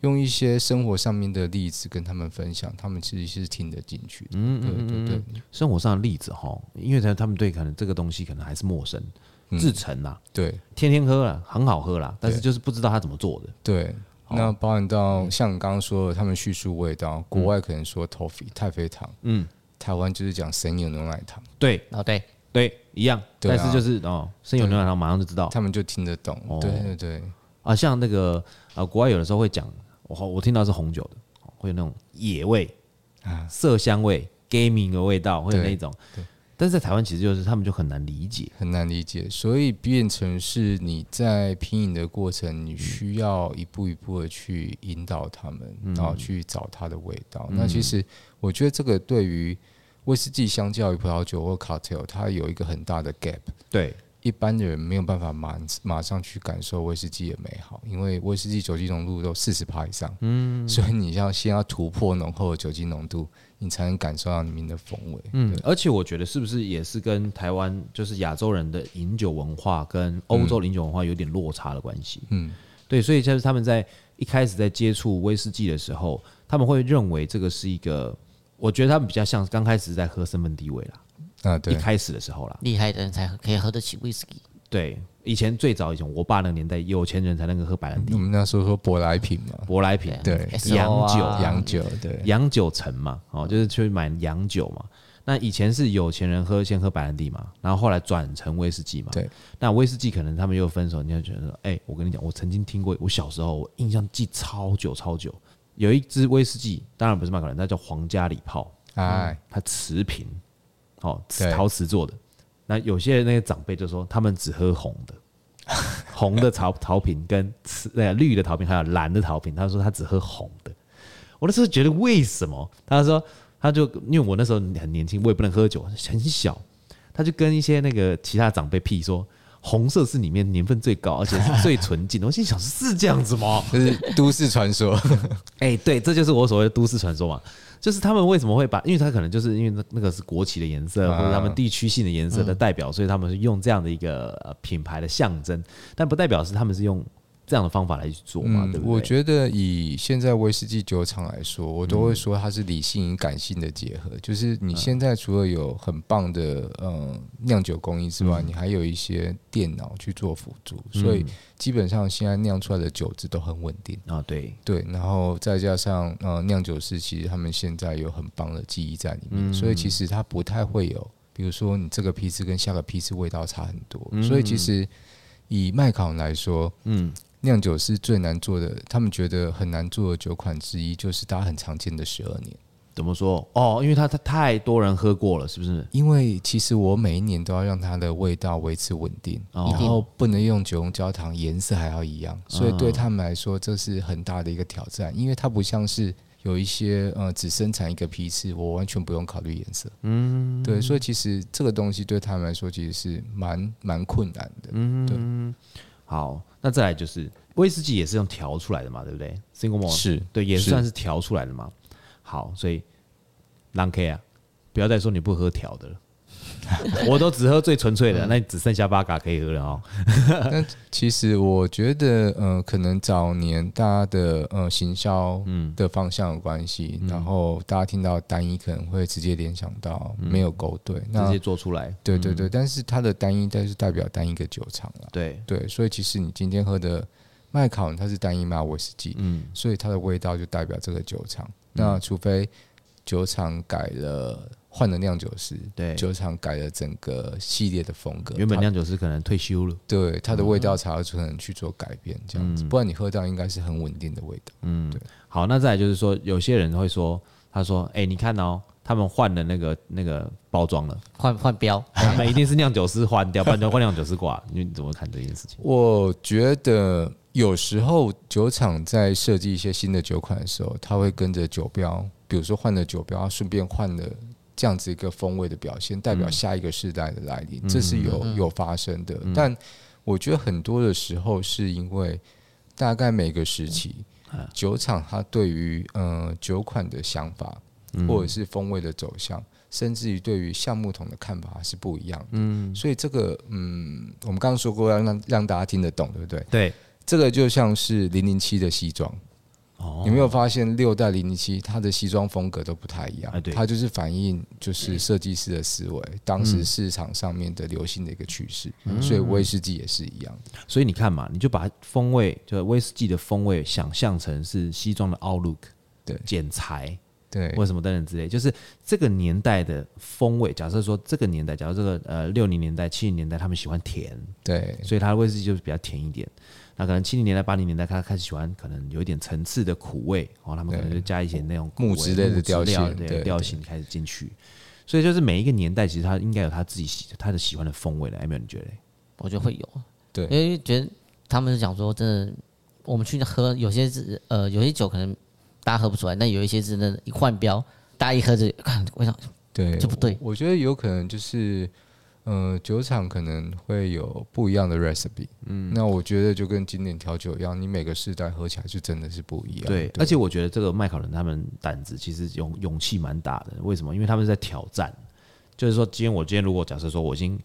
Speaker 3: 用一些生活上面的例子跟他们分享，他们其实是听得进去的。嗯对对对
Speaker 1: 生活上的例子哈，因为他他们对可能这个东西可能还是陌生，
Speaker 3: 嗯
Speaker 1: 制成啊，
Speaker 3: 对
Speaker 1: 天天喝啦，很好喝啦，但是就是不知道它怎么做的。
Speaker 3: 对。那包含到像你刚刚说的，他们叙述味道，国外可能说 toffee 太妃糖，
Speaker 1: 嗯，
Speaker 3: 台湾就是讲神有牛奶糖，
Speaker 1: 对
Speaker 2: 哦，对，
Speaker 1: 对，一样。
Speaker 3: 对啊
Speaker 1: 但是就是哦，生有牛奶糖马上就知道
Speaker 3: 他们就听得懂。
Speaker 1: 哦
Speaker 3: 对对对，
Speaker 1: 啊，像那个啊，国外有的时候会讲，我我听到是红酒的，会有那种野味、
Speaker 3: 啊
Speaker 1: 麝香味、gaming 的味道，会有
Speaker 3: 对
Speaker 1: 那种。但是在台湾其实就是他们就很难理解。
Speaker 3: 很难理解，所以变成是你在拼饮的过程，你需要一步一步的去引导他们，
Speaker 1: 嗯
Speaker 3: 然后去找它的味道。那其实我觉得这个对于威士忌相较于葡萄酒或 cocktail，它有一个很大的 gap。
Speaker 1: 对，
Speaker 3: 一般的人没有办法马马上去感受威士忌的美好，因为威士忌酒精浓度都四十帕以上，嗯，所以你要先要突破浓厚的酒精浓度，你才能感受到里面的风味。
Speaker 1: 嗯，而且我觉得是不是也是跟台湾就是亚洲人的饮酒文化跟欧洲的饮酒文化有点落差的关系？
Speaker 3: 嗯，
Speaker 1: 对，所以就是他们在一开始在接触威士忌的时候，他们会认为这个是一个，我觉得他们比较像刚开始在喝身份地位啦，
Speaker 3: 啊，
Speaker 1: 一
Speaker 3: 对，
Speaker 1: 开始的时候啦，
Speaker 2: 厉害的人才可以喝得起威士忌。
Speaker 1: 对，以前最早以前我爸那个年代，有钱人才能够喝白兰地
Speaker 3: 我、们那时候说舶来品嘛，
Speaker 1: 舶来品、
Speaker 3: 嗯对
Speaker 2: SO
Speaker 1: 洋
Speaker 2: 啊
Speaker 1: 酒
Speaker 3: 洋酒，对，
Speaker 1: 洋酒城嘛，哦，就是去买洋酒嘛。那以前是有钱人喝，先喝白兰地嘛，然后后来转成威士忌嘛。
Speaker 3: 对。
Speaker 1: 那威士忌可能他们又分手，你就觉得说，哎、我跟你讲，我曾经听过，我小时候我印象记超久超久，有一支威士忌，当然不是麦克伦，那叫皇家礼炮。
Speaker 3: 哎，
Speaker 1: 它瓷瓶，哦，瓷
Speaker 3: 对
Speaker 1: 陶瓷做的。那有些那些长辈就说，他们只喝红 的，红的陶陶瓶跟瓷呃绿的陶瓶，还有蓝的陶瓶。他说他只喝红的。我那时候觉得为什么？他说他就因为我那时候很年轻，我也不能喝酒，很小，他就跟一些那个其他长辈屁说，红色是里面年份最高，而且是最纯净的。我心想是这样子吗？
Speaker 3: 这是都市传说。
Speaker 1: 哎、对，这就是我所谓的都市传说嘛。就是他们为什么会把，因为他可能就是因为那那个是国旗的颜色，
Speaker 3: 啊嗯
Speaker 1: 或者他们地区性的颜色的代表，所以他们是用这样的一个呃品牌的象征，但不代表是他们是用这样的方法来去做嘛，对不对？
Speaker 3: 嗯我觉得以现在威士忌酒厂来说，我都会说它是理性与感性的结合。就是你现在除了有很棒的呃酿酒工艺之外，你还有一些电脑去做辅助，所以基本上现在酿出来的酒质都很稳定。
Speaker 1: 啊，对，
Speaker 3: 对，然后再加上呃酿酒师，其实他们现在有很棒的技艺在里面，所以其实它不太会有，比如说你这个批次跟下个批次味道差很多，所以其实以麦考来说，
Speaker 1: 嗯，
Speaker 3: 酿酒师最难做的，他们觉得很难做的酒款之一，就是大家很常见的十二年。
Speaker 1: 怎么说？哦，因为他他太多人喝过了，是不是？
Speaker 3: 因为其实我每一年都要让它的味道维持稳定，
Speaker 1: 哦嗯
Speaker 3: 然后不能用酒用焦糖，颜色还要一样，所以对他们来说这是很大的一个挑战，因为它不像是有一些呃只生产一个批次，我完全不用考虑颜色，嗯，对，所以其实这个东西对他们来说其实是蛮蛮困难的，
Speaker 1: 嗯好，那再来就是威士忌也是用调出来的嘛，对不对？Single malt
Speaker 3: 是
Speaker 1: 对，也
Speaker 3: 是
Speaker 1: 算是调出来的嘛。好，所以朗 K 啊，不要再说你不喝调 的了。我都只喝最纯粹
Speaker 3: 嗯
Speaker 1: 的，那你只剩下八嘎可以喝了哦。
Speaker 3: 但其实我觉得，呃，可能早年大家的呃行销
Speaker 1: 嗯
Speaker 3: 的方向有关系，然后大家听到单一可能会直接联想到没有勾兑，
Speaker 1: 嗯直
Speaker 3: 那
Speaker 1: 接做出来，
Speaker 3: 对对对，但是它的单一，但是代表单一个酒厂啦，
Speaker 1: 对，
Speaker 3: 对，所以其实你今天喝的麦考它是单一麦威士忌，
Speaker 1: 嗯，
Speaker 3: 所以它的味道就代表这个酒厂。那除非酒厂改了，换了酿酒师，
Speaker 1: 对
Speaker 3: 酒厂改了整个系列的风格，
Speaker 1: 原本嗯
Speaker 3: 它
Speaker 1: 酿酒师可能退休了，
Speaker 3: 对它的味道才有可能去做改变，这样子，
Speaker 1: 嗯
Speaker 3: 不然你喝到应该是很稳定的味道。
Speaker 1: 好，那再来就是说，有些人会说，他说，哎、你看哦，他们换了那个那个包装 了，
Speaker 2: 换换标，
Speaker 1: 他们一定是酿酒师换掉，不然就换酿酒师挂。你怎么看这件事情？
Speaker 3: 我觉得有时候酒厂在设计一些新的酒款的时候，它会跟着酒标，比如说换了酒标，它顺便换了这样子一个风味的表现，代表下一个世代的来临，这是有有发生的。但我觉得很多的时候是因为大概每个时期，酒厂它对于呃酒款的想法，或者是风味的走向，甚至于对于橡木桶的看法是不一样的。嗯，所以这个嗯，我们刚刚说过要让让大家听得懂，对不对？
Speaker 1: 对，
Speaker 3: 这个就像是零零七的西装，
Speaker 1: 哦
Speaker 3: 你，没有发现六代零零七它的西装风格都不太一样
Speaker 1: 哎？对
Speaker 3: 它就是反映就是设计师的思维，当时市场上面的流行的一个趋势，
Speaker 1: 嗯
Speaker 3: 所以威士忌也是一样的。
Speaker 1: 所以你看嘛，你就把风味，就威士忌的风味，想象成是西装的 outlook，
Speaker 3: 对
Speaker 1: 剪裁，
Speaker 3: 对，
Speaker 1: 为什么等等之类，就是这个年代的风味。假设说这个年代，假如这个呃六零年代、七零年代，他们喜欢甜，
Speaker 3: 对，
Speaker 1: 所以它的威士忌就是比较甜一点。那可能七零年代、八零年代，他开始喜欢可能有一点层次的苦味，哦，他们可能就加一些那种
Speaker 3: 木
Speaker 1: 苦味
Speaker 3: 之类的
Speaker 1: 木
Speaker 3: 调
Speaker 1: 料
Speaker 3: 性
Speaker 1: 对
Speaker 3: 对
Speaker 1: 调
Speaker 3: 对
Speaker 1: 性开始进去。所以就是每一个年代，其实它应该有它自己喜它的喜欢的风味的。艾米尔，你觉得嘞？
Speaker 2: 我觉得会有，
Speaker 3: 对
Speaker 2: 因为觉得他们是讲说，真的，我们去喝有些是呃，有些酒可能大家喝不出来，但有一些真的，一换标，大家一喝就看味道，
Speaker 3: 对，
Speaker 2: 这不对
Speaker 3: 我。我觉得有可能就是，呃，酒厂可能会有不一样的 recipe。嗯，那我觉得就跟经典调酒一样，你每个世代喝起来就真的是不一样。
Speaker 1: 对，而且我觉得这个麦考伦他们胆子其实勇勇气蛮大的。为什么？因为他们是在挑战，就是说，今天我今天如果假设说我已经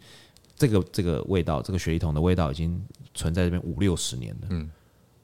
Speaker 1: 这个这个味道，这个雪梨桶的味道已经存在这边五六十年了，嗯
Speaker 3: 嗯，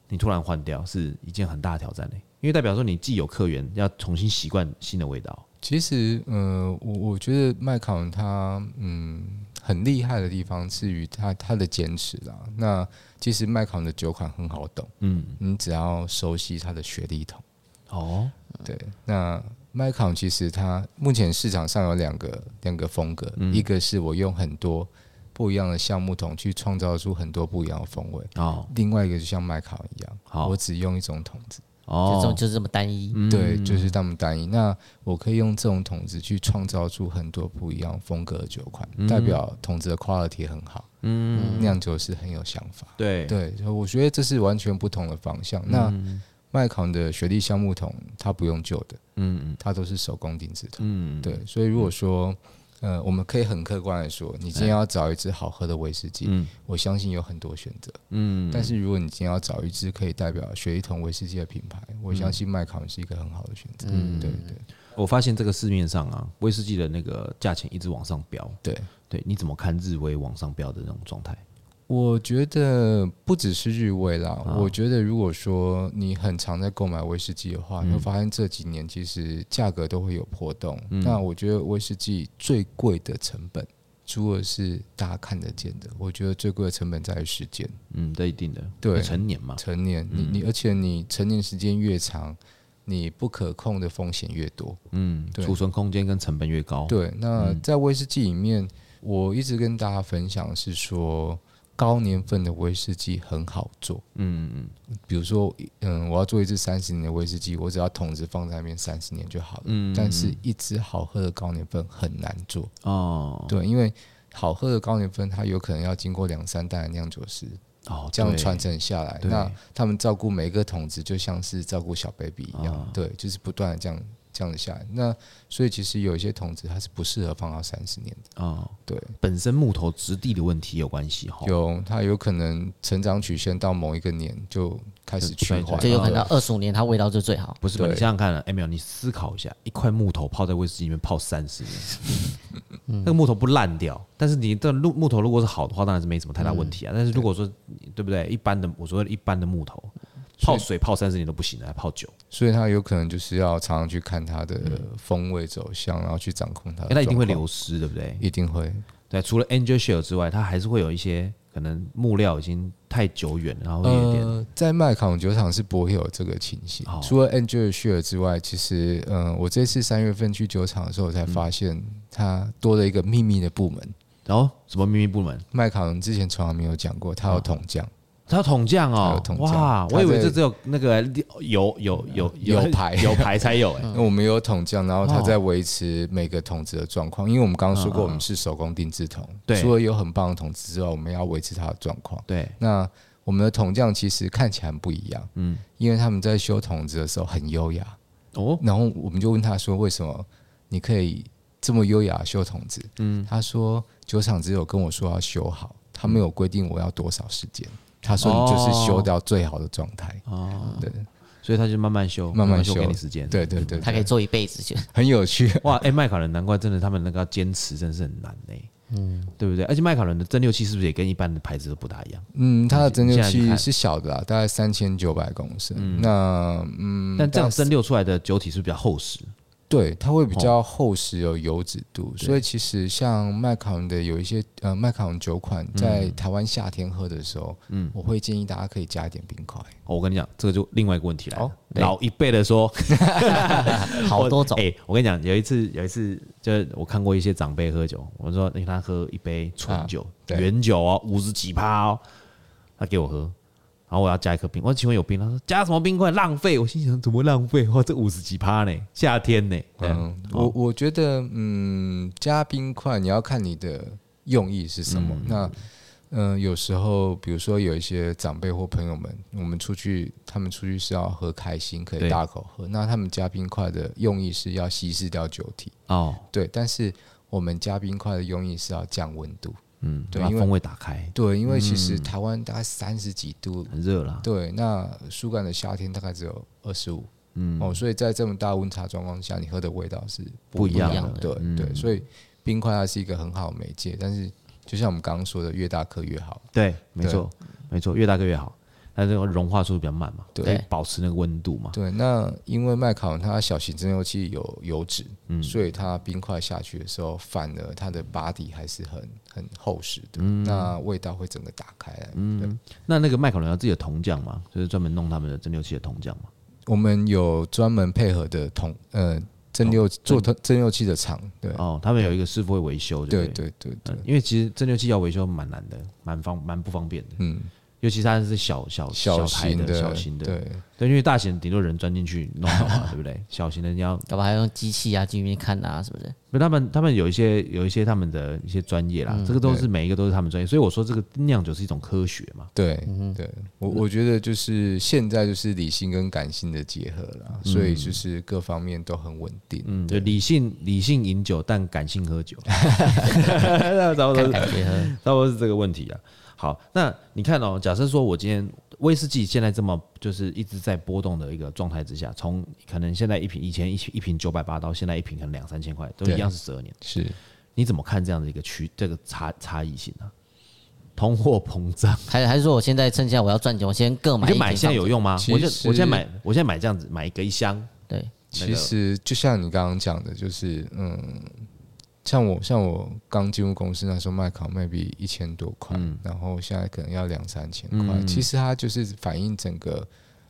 Speaker 1: 你突然换掉是一件很大的挑战嘞、欸因为代表说你既有客源，要重新习惯新的味道。
Speaker 3: 其实，呃，我我觉得麦考伦他，嗯，很厉害的地方是于他他的坚持啦。那其实麦考伦的酒款很好懂，
Speaker 1: 嗯，
Speaker 3: 你只要熟悉它的雪莉桶。
Speaker 1: 哦，
Speaker 3: 对，那 m i c o n 其实它目前市场上有两个两个风格，一个是我用很多不一样的橡木桶去创造出很多不一样的风味，
Speaker 1: 哦，
Speaker 3: 另外一个就像麦考一样，
Speaker 1: 好
Speaker 3: 我只用一种桶子，
Speaker 2: 就这种
Speaker 1: 哦，
Speaker 2: 就是这么单一，
Speaker 3: 对，就是那么单一。那我可以用这种桶子去创造出很多不一样风格的酒款，代表桶子的 quality 很好，嗯，酿酒师很有想法。
Speaker 1: 对，
Speaker 3: 对，所以我觉得这是完全不同的方向。那麦考的雪莉橡木桶，它不用旧的，
Speaker 1: 嗯
Speaker 3: 它都是手工定制桶。
Speaker 1: 嗯，哎
Speaker 3: 对，所以如果说，呃，我们可以很客观的说，你今天要找一支好喝的威士忌，
Speaker 1: 嗯
Speaker 3: 我相信有很多选择。
Speaker 1: 嗯，
Speaker 3: 但是如果你今天要找一支可以代表雪一桶威士忌的品牌，我
Speaker 1: 嗯
Speaker 3: 相信麦考是一个很好的选择。嗯，对对
Speaker 1: 我发现这个市面上啊，威士忌的那个价钱一直往上飙。
Speaker 3: 对，
Speaker 1: 对，你怎么看日威往上飙的那种状态？
Speaker 3: 我觉得不只是日味啦，我觉得如果说你很常在购买威士忌的话，你会发现这几年其实价格都会有波动。那我觉得威士忌最贵的成本，除了是大家看得见的，我觉得最贵的成本在于时间。
Speaker 1: 嗯，这一定的，
Speaker 3: 对
Speaker 1: 成年嘛，
Speaker 3: 成年，你你而且你成年时间越长，你不可控的风险越多。
Speaker 1: 嗯，
Speaker 3: 对
Speaker 1: 储存空间跟成本越高，，
Speaker 3: 对，那
Speaker 1: 嗯
Speaker 3: 在威士忌里面，我一直跟大家分享是说，高年份的威士忌很好做。
Speaker 1: 嗯嗯
Speaker 3: 比如说，嗯，我要做一支三十年的威士忌，我只要桶子放在那边三十年就好了。
Speaker 1: 嗯
Speaker 3: 但是，一支好喝的高年份很难做，
Speaker 1: 哦，
Speaker 3: 对，因为好喝的高年份它有可能要经过两三代的酿酒师
Speaker 1: 哦，
Speaker 3: 这样
Speaker 1: 对
Speaker 3: 传承下来，
Speaker 1: 对
Speaker 3: 那他们照顾每一个桶子就像是照顾小 baby 一样，
Speaker 1: 哦
Speaker 3: 对，就是不断的这样这样子下来。那所以其实有一些桶子它是不适合放到三十年的，
Speaker 1: 哦，
Speaker 3: 对，
Speaker 1: 本身木头质地的问题有关系哈，
Speaker 3: 有它有可能成长曲线到某一个年就开始
Speaker 1: 就
Speaker 3: 趋
Speaker 1: 衰退
Speaker 3: 缓，
Speaker 2: 就有可能
Speaker 1: 嗯
Speaker 3: 对
Speaker 2: 二十五年它味道就最好。
Speaker 1: 不是吧？
Speaker 3: 对
Speaker 1: 你想想看，Emil，你啊思考一下，一块木头泡在威士忌里面泡三十年，
Speaker 3: 嗯
Speaker 1: 那个木头不烂掉，但是你的木木头如果是好的话，当然是没什么太大问题啊。
Speaker 3: 嗯
Speaker 1: 但是如果说对不对，一般的我说一般的木头，泡水泡三十年都不行了，还泡酒，
Speaker 3: 所以它有可能就是要常常去看它的风味走向，然后去掌控它的
Speaker 1: 因为它嗯哎一定会
Speaker 3: 状况，
Speaker 1: 流失，对不对？
Speaker 3: 一定会。
Speaker 1: 对，除了 Angel Share 之外，它还是会有一些可能木料已经太久远，然后有点、
Speaker 3: 呃，在麦卡龙酒厂是不会有这个情形。
Speaker 1: 哦
Speaker 3: 除了 Angel Share 之外，其实，嗯、我这次三月份去酒厂的时候，我
Speaker 1: 嗯
Speaker 3: 才发现它多了一个秘密的部门。
Speaker 1: 然后什么秘密部门，
Speaker 3: 麦卡龙之前从来没有讲过，它
Speaker 1: 哦
Speaker 3: 有桶酱，
Speaker 1: 它有桶酱
Speaker 3: 它
Speaker 1: 哦
Speaker 3: 有，桶酱
Speaker 1: 哇，
Speaker 3: 它
Speaker 1: 我以为
Speaker 3: 在
Speaker 1: 这只有那个有有有
Speaker 3: 有牌
Speaker 1: 有牌才有哎、
Speaker 3: 那、我们有桶酱，然后它
Speaker 1: 哦
Speaker 3: 在维持每个桶子的状况。因为我们刚刚说
Speaker 1: 嗯
Speaker 3: 过，
Speaker 1: 嗯嗯
Speaker 3: 我们是手工定制桶，
Speaker 1: 对
Speaker 3: 除了有很棒的桶子之外，我们要维持它的状况。
Speaker 1: 对，
Speaker 3: 那我们的桶匠其实看起来很不一样，
Speaker 1: 嗯，
Speaker 3: 因为他们在修桶子的时候很优雅。
Speaker 1: 哦，
Speaker 3: 然后我们就问他说：“为什么你可以这么优雅地修桶子？”嗯，他说：“酒厂只有跟我说要修好，他没有规定我要多少时间。他说你就是修到最好的状态。
Speaker 1: 嗯哦，
Speaker 3: 对
Speaker 1: 所以他就慢慢修，
Speaker 3: 慢慢
Speaker 1: 修，
Speaker 3: 修
Speaker 1: 给你时间。
Speaker 3: 对对对，
Speaker 2: 它可以做一辈子，就
Speaker 3: 很 有趣。
Speaker 1: 哇，哎、麦卡伦，难怪真的他们那个要坚持真的是很难呢、嗯，对不对？而且麦卡伦的蒸馏器是不是也跟一般的牌子都不大一样？
Speaker 3: 嗯，它的蒸馏
Speaker 1: 现在去
Speaker 3: 器
Speaker 1: 看
Speaker 3: 是小的啦，啊大概三千九百公升。那嗯，
Speaker 1: 但这样
Speaker 3: 大
Speaker 1: 蒸馏出来的酒体是不是比较厚实？
Speaker 3: 对，它会比较厚实，有油脂度，
Speaker 1: 哦
Speaker 3: 所以其实像麦卡伦的有一些呃麦卡伦酒款，
Speaker 1: 嗯
Speaker 3: 在台湾夏天喝的时候，嗯，我会建议大家可以加一点冰块。
Speaker 1: 哦我跟你讲，这个就另外一个问题来了。
Speaker 3: 好哎
Speaker 1: 老一辈的说，
Speaker 2: 好多种
Speaker 1: 哎、。我跟你讲，有一次，有一次，就是我看过一些长辈喝酒，我说，欸、他喝一杯纯酒，
Speaker 3: 啊对
Speaker 1: 原酒哦，五十几趴哦，他给我喝，然后我要加一颗冰，我说请问有冰？他说加什么冰块？浪费！我心想怎么浪费？哇，这五十几趴呢，夏天呢，对啊
Speaker 3: 嗯，我我觉得嗯，加冰块你要看你的用意是什么。那嗯、呃有时候比如说有一些长辈或朋友们，我们出去，他们出去是要喝开心，可
Speaker 1: 对
Speaker 3: 以大口喝。那他们加冰块的用意是要稀释掉酒体，
Speaker 1: 哦，
Speaker 3: 对。但是我们加冰块的用意是要降温度。
Speaker 1: 嗯，
Speaker 3: 对
Speaker 1: 把
Speaker 3: 因为
Speaker 1: 风味打开，
Speaker 3: 对，因为其实台湾大概三十几度，
Speaker 1: 很热啦，
Speaker 3: 对，那苏感的夏天大概只有二十五，
Speaker 1: 嗯，
Speaker 3: 哦，所以在这么大温差状况下，你喝的味道是
Speaker 1: 不
Speaker 3: 不
Speaker 1: 一
Speaker 3: 一样
Speaker 2: 样的
Speaker 3: 的，对、对，所以冰块它是一个很好的媒介，但是就像我们刚刚说的，越大颗越好，
Speaker 1: 对，没错，没错，越大个越好，它这个融化速度比较慢嘛，
Speaker 3: 对
Speaker 1: 可以保持那个温度嘛，
Speaker 3: 对。那因为麦卡伦它小型蒸馏器有油脂，所以它冰块下去的时候，反而它的把底还是很很厚实的，那味道会整个打开来，对。
Speaker 1: 那那个麦考伦有自己的铜酱嘛，就是专门弄他们的蒸馏器的铜酱嘛。
Speaker 3: 我们有专门配合的同呃蒸馏做蒸蒸馏器的厂，对，
Speaker 1: 哦，他们有一个师傅会维修，
Speaker 3: 对
Speaker 1: 不对
Speaker 3: 对对对
Speaker 1: 嗯，因为其实蒸馏器要维修蛮难的，蛮方蛮不方便的，
Speaker 3: 嗯，
Speaker 1: 尤其是它是小哦小
Speaker 3: 小
Speaker 1: 台
Speaker 3: 型
Speaker 1: 小型的，
Speaker 3: 对，
Speaker 1: 对，因为大型顶多人钻进去弄好嘛，对不对？小型的你要，
Speaker 2: 搞不好还用机器啊进里面看啊什么的。
Speaker 1: 不他们他们有一些有一些他们的一些专业啦，这个都是每一个都是他们专业，所以我说这个酿酒是一种科学嘛。
Speaker 3: 对，对
Speaker 1: 嗯
Speaker 3: 我我觉得就是现在就是理性跟感性的结合啦，所以就是各方面都很稳定。
Speaker 1: 嗯，就理性理性饮酒，但感性喝酒， 差不多
Speaker 2: 看
Speaker 1: 是
Speaker 2: 感觉喝，
Speaker 1: 差不多是这个问题啊。好，那你看哦，假设说我今天威士忌现在这么就是一直在波动的一个状态之下，从可能现在一瓶以前一一瓶九百八到现在一瓶可能两三千块，都
Speaker 3: 对
Speaker 1: 一样是十二年，
Speaker 3: 是，
Speaker 1: 你怎么看这样的一个区这个差差异性呢、通货膨胀，
Speaker 2: 还是还是说我现在趁现在我要赚钱，我先各
Speaker 1: 你
Speaker 2: 买一
Speaker 1: 就
Speaker 2: 瓶
Speaker 1: 买现在有用吗？
Speaker 3: 其
Speaker 1: 我就
Speaker 3: 实
Speaker 1: 我现在买，我现在买这样子买一个一箱，
Speaker 2: 对，
Speaker 1: 那
Speaker 3: 其
Speaker 1: 个
Speaker 3: 实就像你刚刚讲的，就是嗯，像我像我刚进入公司那时候卖烤麦币一千多块，
Speaker 1: 嗯
Speaker 3: 然后现在可能要两三千块，其实它就是反映整个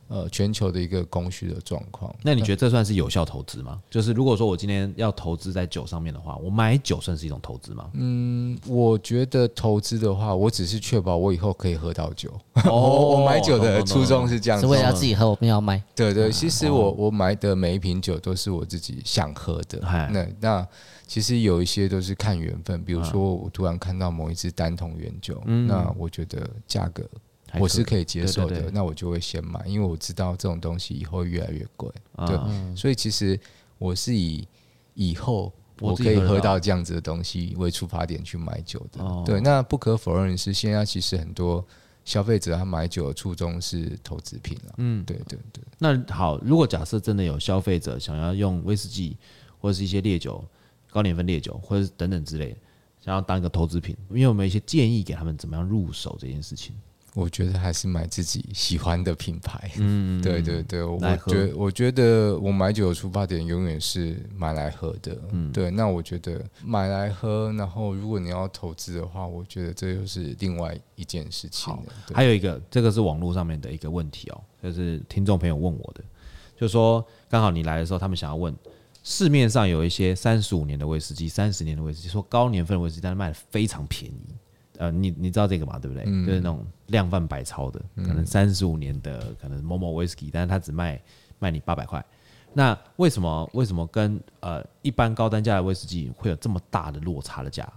Speaker 3: 呃全球的一个供需的状况。
Speaker 1: 那你觉得这算是有效投资吗？就是如果说我今天要投资在酒上面的话，我买酒算是一种投资吗？
Speaker 3: 嗯我觉得投资的话，我只是确保我以后可以喝到酒。
Speaker 1: 哦
Speaker 3: 我我买酒的初衷是这样
Speaker 2: 是
Speaker 3: 子，
Speaker 2: 为了要自己喝，我们要卖。
Speaker 3: 对对，其
Speaker 1: 哎
Speaker 3: 实我
Speaker 1: 哦
Speaker 3: 我买的每一瓶酒都是我自己想喝的
Speaker 1: 嗨。
Speaker 3: 那那其实有一些都是看缘分，比如说
Speaker 1: 嗯
Speaker 3: 我突然看到某一支单桶原酒，那我觉得价格
Speaker 1: 还
Speaker 3: 我是可以接受
Speaker 1: 对对
Speaker 3: 的
Speaker 1: 对，
Speaker 3: 那我就会先买，因为我知道这种东西以后会越来越贵。
Speaker 1: 啊
Speaker 3: 对，所以其实我是以以后
Speaker 1: 我
Speaker 3: 我
Speaker 1: 自
Speaker 3: 可
Speaker 1: 己
Speaker 3: 以
Speaker 1: 喝得
Speaker 3: 喝
Speaker 1: 到
Speaker 3: 到这样子的东西为出发点去买酒的。
Speaker 1: 哦
Speaker 3: 对，那不可否认的是现在其实很多消费者他买酒的初衷是投资品了。嗯，对对对。
Speaker 1: 那好，如果假设真的有消费者想要用威士忌或者是一些烈酒、高年份烈酒或者是等等之类的，想要当一个投资品，你有没有一些建议给他们怎么样入手这件事情？
Speaker 3: 我觉得还是买自己喜欢的品牌。嗯， 对对对，我
Speaker 1: 来喝
Speaker 3: 觉我觉得我买酒的出发点永远是买来喝的。嗯，对。那我觉得买来喝，然后如果你要投资的话，我觉得这又是另外一件事情了。对
Speaker 1: 还有一个，这个是网络上面的一个问题哦，就是听众朋友问我的，就说刚好你来的时候，他们想要问市面上有一些三十五年的威士忌、三十年的威士忌，说高年份的威士忌，但是卖的非常便宜。呃，你你知道这个嘛？对不对？
Speaker 3: 嗯
Speaker 1: 就是那种量贩百超的，可能三十五年的，可能某某威士忌，但是它只卖卖你八百块。那为什么为什么跟呃一般高单价的威士忌会有这么大的落差的价？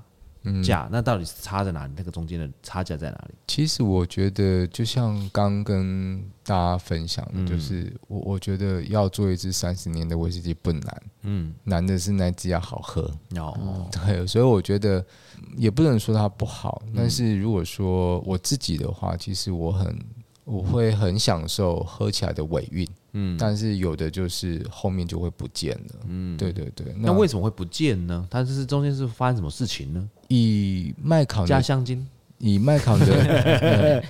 Speaker 3: 嗯
Speaker 1: 价那到底是差在哪里？那个中间的差价在哪里？
Speaker 3: 其实我觉得，就像刚跟大家分享的，
Speaker 1: 嗯
Speaker 3: 就是我我觉得要做一支三十年的威士忌不难，嗯，难的是那支要好喝。
Speaker 1: 哦、
Speaker 3: 对，所以我觉得嗯也不能说它不好，
Speaker 1: 嗯
Speaker 3: 但是如果说我自己的话，其实我很我会很享受喝起来的尾韵，嗯，但是有的就是后面就会不见了，嗯，对对对。
Speaker 1: 那为什么会不见呢？它是中间是发生什么事情呢？
Speaker 3: 以麦考
Speaker 1: 加
Speaker 3: 的
Speaker 1: 香精
Speaker 3: 以麦考的 嗯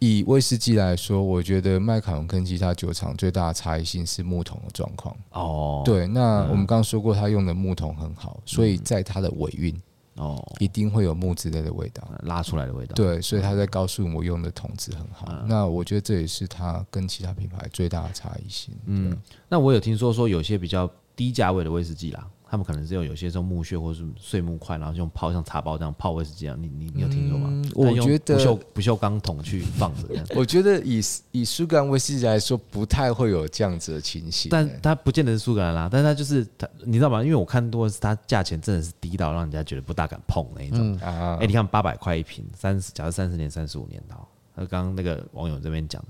Speaker 3: 以威士忌来说，我觉得麦考跟其他酒厂最大的差异性是木桶的状况。
Speaker 1: 哦，嗯
Speaker 3: 对，那我们刚刚说过，它用的木桶很好，所以在它的尾韵
Speaker 1: 哦，
Speaker 3: 一定会有木质类的味道。
Speaker 1: 拉出来的味道。，嗯
Speaker 3: 对，所以他在告诉我用的桶子很好。那我觉得这也是它跟其他品牌最大的差异性。嗯，
Speaker 1: 那我有听说说有些比较低价位的威士忌啦，他们可能是用有些是用木屑或是碎木块，然后用泡像茶包这样泡威士忌啊。你你你有听说吗？
Speaker 3: 嗯
Speaker 1: 但用
Speaker 3: 我觉得。
Speaker 1: 不锈不锈钢桶去放着这样
Speaker 3: 我觉得以以苏格兰威士忌来说，不太会有这样子的情形。欸
Speaker 1: 但它不见得是苏格兰啦，但是它就是它，你知道吗？因为我看多的是它价钱真的是低到让人家觉得不大敢碰那一种。
Speaker 3: 啊
Speaker 1: 哎、，你看八百块一瓶，三十，假设三十年、三十五年的哦，那刚刚那个网友这边讲的，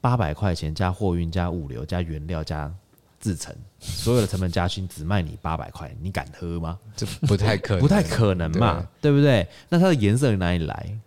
Speaker 1: 八百块钱加货运、加物流、加原料、加制成，所有的成本加薪，只卖你八百块，你敢喝吗？
Speaker 3: 这不太可能，
Speaker 1: 不太可能嘛，对不对？那它的颜色哪里来？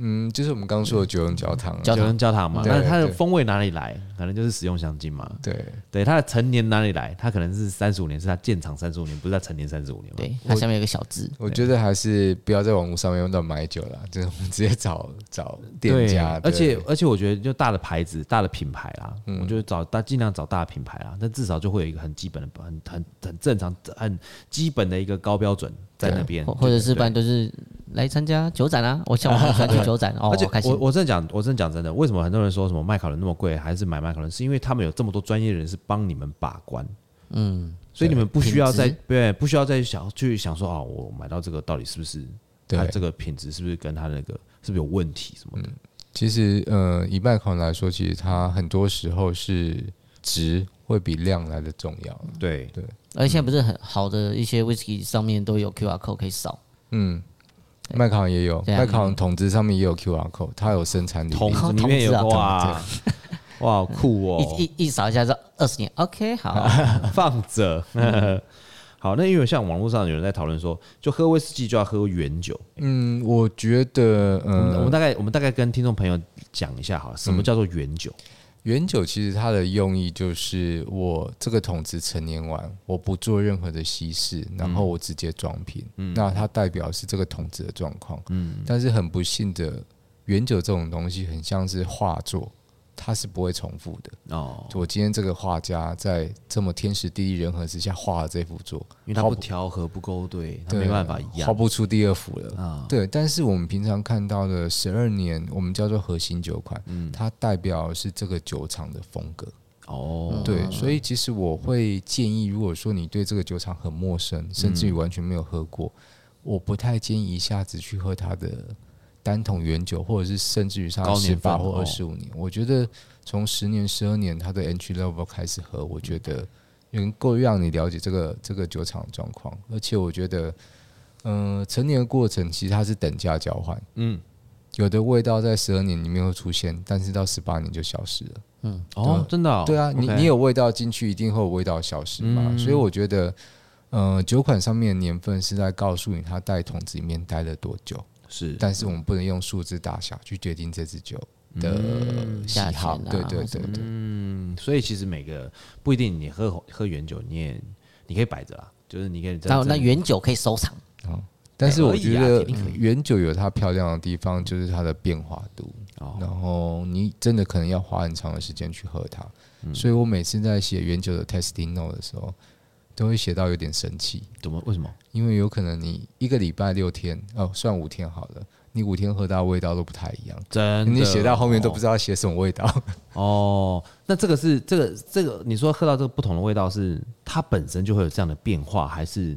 Speaker 3: 嗯，就是我们刚刚说的九用焦糖。啊
Speaker 1: 焦
Speaker 2: 焦糖
Speaker 1: 糖焦糖嘛，
Speaker 3: 对
Speaker 1: 那它的
Speaker 3: 对
Speaker 1: 风味哪里来？可能就是使用香精嘛。
Speaker 3: 对，
Speaker 1: 对，它的成年哪里来？它可能是三十五年，是它建厂三十五年，不是它成年三十五年嘛。
Speaker 2: 对，它下面有个小字，
Speaker 3: 我觉得还是不要在网络上面乱买酒了，就是我们直接找找
Speaker 1: 对，
Speaker 3: 店家。
Speaker 1: 而且
Speaker 3: 对嗯
Speaker 1: 而且我觉得就大的牌子、大的品牌啦，我觉得找大尽量找大的品牌啦，但至少就会有一个很基本的、很很很正常、很基本的一个高标准在那边，
Speaker 2: 啊或或者是不
Speaker 1: 对
Speaker 2: 然就是来参加酒展啊。我像我很喜欢去酒展哦
Speaker 1: 而，且
Speaker 2: 我开
Speaker 1: 我
Speaker 2: 心。
Speaker 1: 我真的讲，我真的讲真的，为什么很多人说什么麦考伦那么贵，还是买麦考伦，是因为他们有这么多专业人士帮你们把关，嗯，所以你们不需要再
Speaker 2: 品
Speaker 1: 对，不需要再想去想说啊，我买到这个到底是不是
Speaker 3: 对
Speaker 1: 它这个品质是不是跟它那个是不是有问题什么的，
Speaker 3: 其实，呃，以麦考来说，其实它很多时候是值会比量来的重要。
Speaker 1: 对，
Speaker 3: 对，
Speaker 2: 而且现在不是很好的一些 whisky 上面都有 QR code 可以扫，
Speaker 3: 嗯，麦考也有，
Speaker 2: 对啊
Speaker 3: 麦考桶子上面也有 QR code，它有生产履
Speaker 1: 桶
Speaker 3: 历。
Speaker 1: 子里面有
Speaker 2: 桶子
Speaker 1: 哇
Speaker 2: 啊
Speaker 1: 哇好酷哦，
Speaker 2: 一一一扫一下这二十年，OK，好，
Speaker 1: 放着。 好，那因为像网络上有人在讨论说，就喝威士忌就要喝原酒。
Speaker 3: 嗯，我觉得，
Speaker 1: 我们我们
Speaker 3: 呃，
Speaker 1: 大概我们大概跟听众朋友讲一下好了，什么叫做原酒？
Speaker 3: 原酒其实它的用意就是，我这个桶子陈年完，我不做任何的稀释，
Speaker 1: 嗯
Speaker 3: 然后我直接装瓶。那它代表是这个桶子的状况。嗯，但是很不幸的，原酒这种东西很像是画作，它是不会重复的。
Speaker 1: 哦，
Speaker 3: 我今天这个画家在这么天时地利人和之下画了这幅作，
Speaker 1: 因为它不调和不勾兑，它
Speaker 3: 对
Speaker 1: 没办法一
Speaker 3: 画
Speaker 1: 样。
Speaker 3: 不出第二幅了。
Speaker 1: 啊
Speaker 3: 对，但是我们平常看到的十二年，我们叫做核心酒款，
Speaker 1: 嗯
Speaker 3: 它代表是这个酒厂的风格。
Speaker 1: 哦，
Speaker 3: 对，所以其实我会建议，如果说你对这个酒厂很陌生，甚至于
Speaker 1: 嗯
Speaker 3: 完全没有喝过，我不太建议一下子去喝它的单桶原酒，或者是甚至于像
Speaker 1: 高
Speaker 3: 十
Speaker 1: 年份
Speaker 3: 八或
Speaker 1: 哦
Speaker 3: 二十五年。我觉得从十年、十二年它的 entry level 开始喝，我觉得能够让你了解这个这个酒厂的状况，而且我觉得，嗯、成年的过程其实它是等价交换，
Speaker 1: 嗯，
Speaker 3: 有的味道在十二年里面会出现，但是到十八年就消失了。
Speaker 1: 哦，真的哦，
Speaker 3: 对啊，你
Speaker 1: OK 嗯
Speaker 3: 你有味道进去，一定会有味道消失嘛。所以我觉得，呃，酒款上面的年份是在告诉你它在桶子里面待了多久，
Speaker 1: 是
Speaker 3: 但是我们不能用数字大小去决定这支酒的喜
Speaker 2: 价
Speaker 3: 好。
Speaker 2: 钱啊
Speaker 3: 对对对对，
Speaker 1: 嗯，所以其实每个不一定你喝喝原酒，你也你可以摆着啦，就是你可以在
Speaker 2: 那
Speaker 1: 在
Speaker 2: 那原酒可以收藏，
Speaker 3: 但是我觉
Speaker 1: 可以啊
Speaker 3: 得
Speaker 1: 肯定可以
Speaker 3: 原酒有它漂亮的地方，就是它的变化度。
Speaker 1: 哦
Speaker 3: 然后你真的可能要花很长的时间去喝它，
Speaker 1: 嗯
Speaker 3: 所以我每次在写原酒的 testing note 的时候，都会写到有点生气。
Speaker 1: 怎么为什么？
Speaker 3: 因为有可能你一个礼拜六天，哦，算五天好了，你五天喝到的味道都不太一样，
Speaker 1: 真的
Speaker 3: 你写到后面都不
Speaker 1: 哦
Speaker 3: 知道写什么味道。
Speaker 1: 哦，那这个是这个这个，你说喝到这个不同的味道是，它本身就会有这样的变化，还是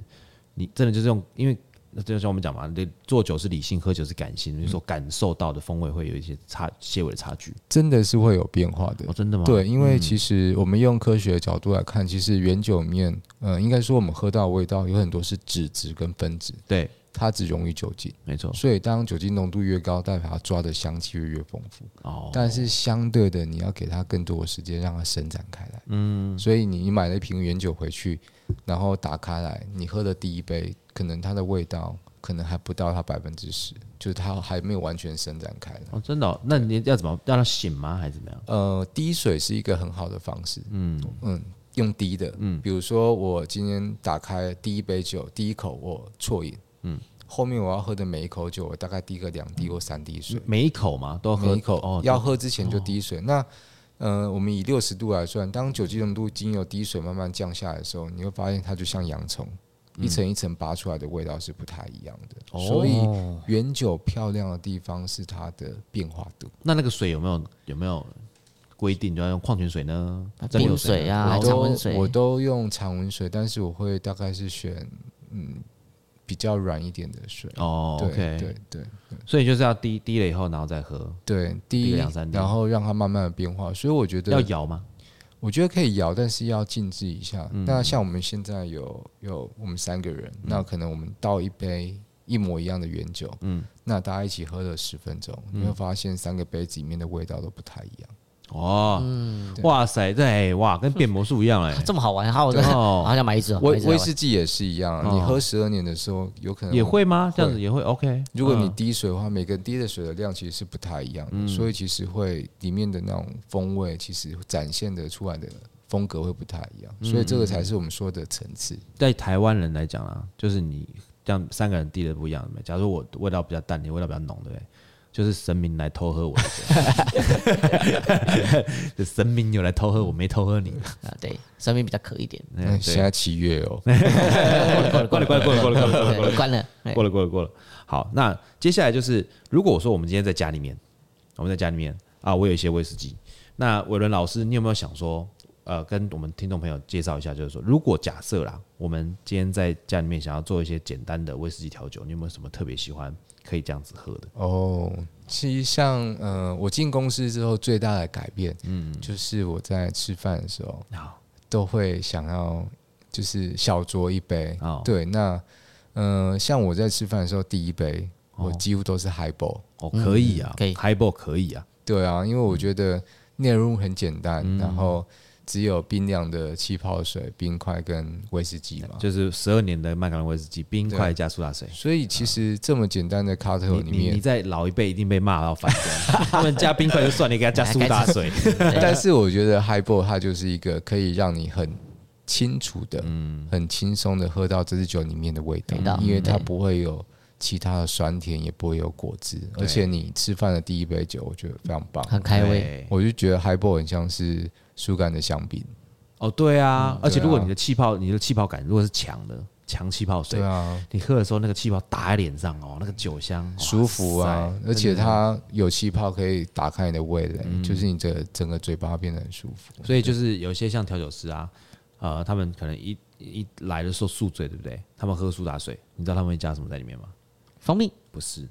Speaker 1: 你真的就是用？因为那就像我们讲嘛，你做酒是理性，喝酒是感性，你
Speaker 3: 嗯
Speaker 1: 所感受到的风味会有一些差些微的差距。
Speaker 3: 真的是会有变化的
Speaker 1: 哦，。真的吗？，
Speaker 3: 对，因为其实我们用科学的角度来看，其实原酒里面，呃，应该说我们喝到的味道有很多是脂质跟分子，
Speaker 1: 对，
Speaker 3: 它只溶于酒精，
Speaker 1: 没错。
Speaker 3: 所以当酒精浓度越高，代表它抓的香气会越丰富。
Speaker 1: 哦，
Speaker 3: 但是相对的，你要给它更多的时间让它伸展开来。嗯，所以你你买了一瓶原酒回去，然后打开来，你喝的第一杯，可能它的味道可能还不到它百分之十，就是它还没有完全伸展开来。
Speaker 1: 哦，真的哦、那你要怎么让它醒吗？还是怎么样？
Speaker 3: 呃，滴水是一个很好的方式。嗯嗯，用滴的。嗯，比如说我今天打开第一杯酒，第一口我啜饮。嗯，后面我要喝的每一口酒，我大概滴个两滴或三滴水。
Speaker 1: 每一口嘛，都要喝
Speaker 3: 每一口、
Speaker 1: 哦，
Speaker 3: 要喝之前就滴水。那呃，我们以六十度来算，当酒精浓度经由滴水慢慢降下来的时候，你会发现它就像洋葱，一层一层拔出来的味道是不太一样的。
Speaker 1: 嗯哦
Speaker 3: 所以原酒漂亮的地方是它的变化度，
Speaker 1: 那那个水有没有有没有规定就要用矿泉水呢？蒸馏
Speaker 2: 冰水
Speaker 1: 呢
Speaker 2: 啊，还
Speaker 3: 我
Speaker 2: 有常
Speaker 3: 都
Speaker 2: 温水，
Speaker 3: 我都用常温水，但是我会大概是选嗯比较软一点的水。
Speaker 1: 哦
Speaker 3: 对
Speaker 1: ，OK，
Speaker 3: 对对
Speaker 1: 所以就是要滴滴了以后，然后再喝，
Speaker 3: 对，第
Speaker 1: 一
Speaker 3: 一
Speaker 1: 个两三，滴
Speaker 3: 然后让它慢慢的变化，所以我觉得
Speaker 1: 要摇吗？
Speaker 3: 我觉得可以摇，但是要静置一下。
Speaker 1: 嗯
Speaker 3: 那像我们现在有有我们三个人，那可能我们倒一杯一模一样的原酒，嗯，那大家一起喝了十分钟，
Speaker 1: 嗯
Speaker 3: 你会发现三个杯子里面的味道都不太一样。
Speaker 1: 哦，哇塞，这哎哇，跟变魔术一样哎、
Speaker 2: 这么好玩，好，我真的
Speaker 1: 哦
Speaker 2: 好想买一支哦，买
Speaker 3: 威
Speaker 2: 一支来
Speaker 3: 威
Speaker 2: 玩
Speaker 3: 士忌也是一样啊，
Speaker 1: 哦
Speaker 3: 你喝十二年的时候，有可能
Speaker 1: 也。会嗯吗？
Speaker 3: 会
Speaker 1: 这样子也会 OK。
Speaker 3: 如果你滴水的话，每个人滴的水的量其实是不太一样
Speaker 1: 嗯
Speaker 3: 的，所以其实会里面的那种风味，其实展现的出来的风格会不太一样，
Speaker 1: 嗯
Speaker 3: 所以这个才是我们说的层次。
Speaker 1: 在台湾人来讲啊，就是你这样三个人滴的不一样，对不对假如我味道比较淡，你味道比较浓，对不对？就是神明来偷喝我的酒， 就神明有来偷喝我，没偷喝你。
Speaker 2: 啊，对，生命比较渴一点，
Speaker 1: 哎
Speaker 3: 那现 在七月哦，
Speaker 1: 对过了过了过了过了过了过了过 了
Speaker 2: 对关了，哎
Speaker 1: 过了过了过了。好，那接下来就是，如果我说我们今天在家里面，我们在家里面啊，我有一些威士忌，那伟伦老师，你有没有想说，呃跟我们听众朋友介绍一下，就是说，如果假设啦，我们今天在家里面想要做一些简单的威士忌调酒，你有没有什么特别喜欢可以这样子喝的？
Speaker 3: 哦，其实像呃，我进公司之后最大的改变，嗯，就是我在吃饭的时候
Speaker 1: 好，
Speaker 3: 都会想要就是小酌一杯。
Speaker 1: 哦
Speaker 3: 对，那呃，像我在吃饭的时候，第一杯我几乎都是 highball。
Speaker 1: 哦，可以啊，
Speaker 2: 可以
Speaker 1: h i g h b a l l 可以啊，
Speaker 3: 对啊，因为我觉得内容物很简单，然后只有冰凉的气泡水、冰块跟威士忌嘛。
Speaker 1: 就是十二年的麦卡伦威士忌，冰块加苏打水。
Speaker 3: 所以其实这么简单的 cocktail
Speaker 1: 你
Speaker 3: 里
Speaker 1: 你你
Speaker 3: 面，
Speaker 1: 在老一辈一定被骂到翻身，他们加冰块就算了，你给他加苏打水，
Speaker 3: 但是我觉得 highball 它就是一个可以让你很清楚的、很轻松的喝到这支酒里面的味道
Speaker 2: 味道，
Speaker 3: 因为它不会有其他的酸甜，也不会有果汁，而且你吃饭的第一杯酒，我觉得非常棒。
Speaker 2: 很开胃。
Speaker 1: 对
Speaker 3: 我就觉得 highball 很像是苏干的香槟，
Speaker 1: 哦，对啊，而且
Speaker 3: 对啊
Speaker 1: 如果你的气泡，你的气泡感如果是强的，强气泡水
Speaker 3: 对，啊，
Speaker 1: 你喝的时候那个气泡打在脸上哦，那个酒香哇
Speaker 3: 舒服啊
Speaker 1: 塞，
Speaker 3: 而且它有气泡可以打开你的味蕾，就是你这整个嘴巴变得很舒服。
Speaker 1: 所以就是有些像调酒师啊，呃，他们可能一一来的时候宿醉，对不对？他们喝苏打水，你知道他们会加什么在里面吗？
Speaker 2: 蜂蜜
Speaker 1: 不是，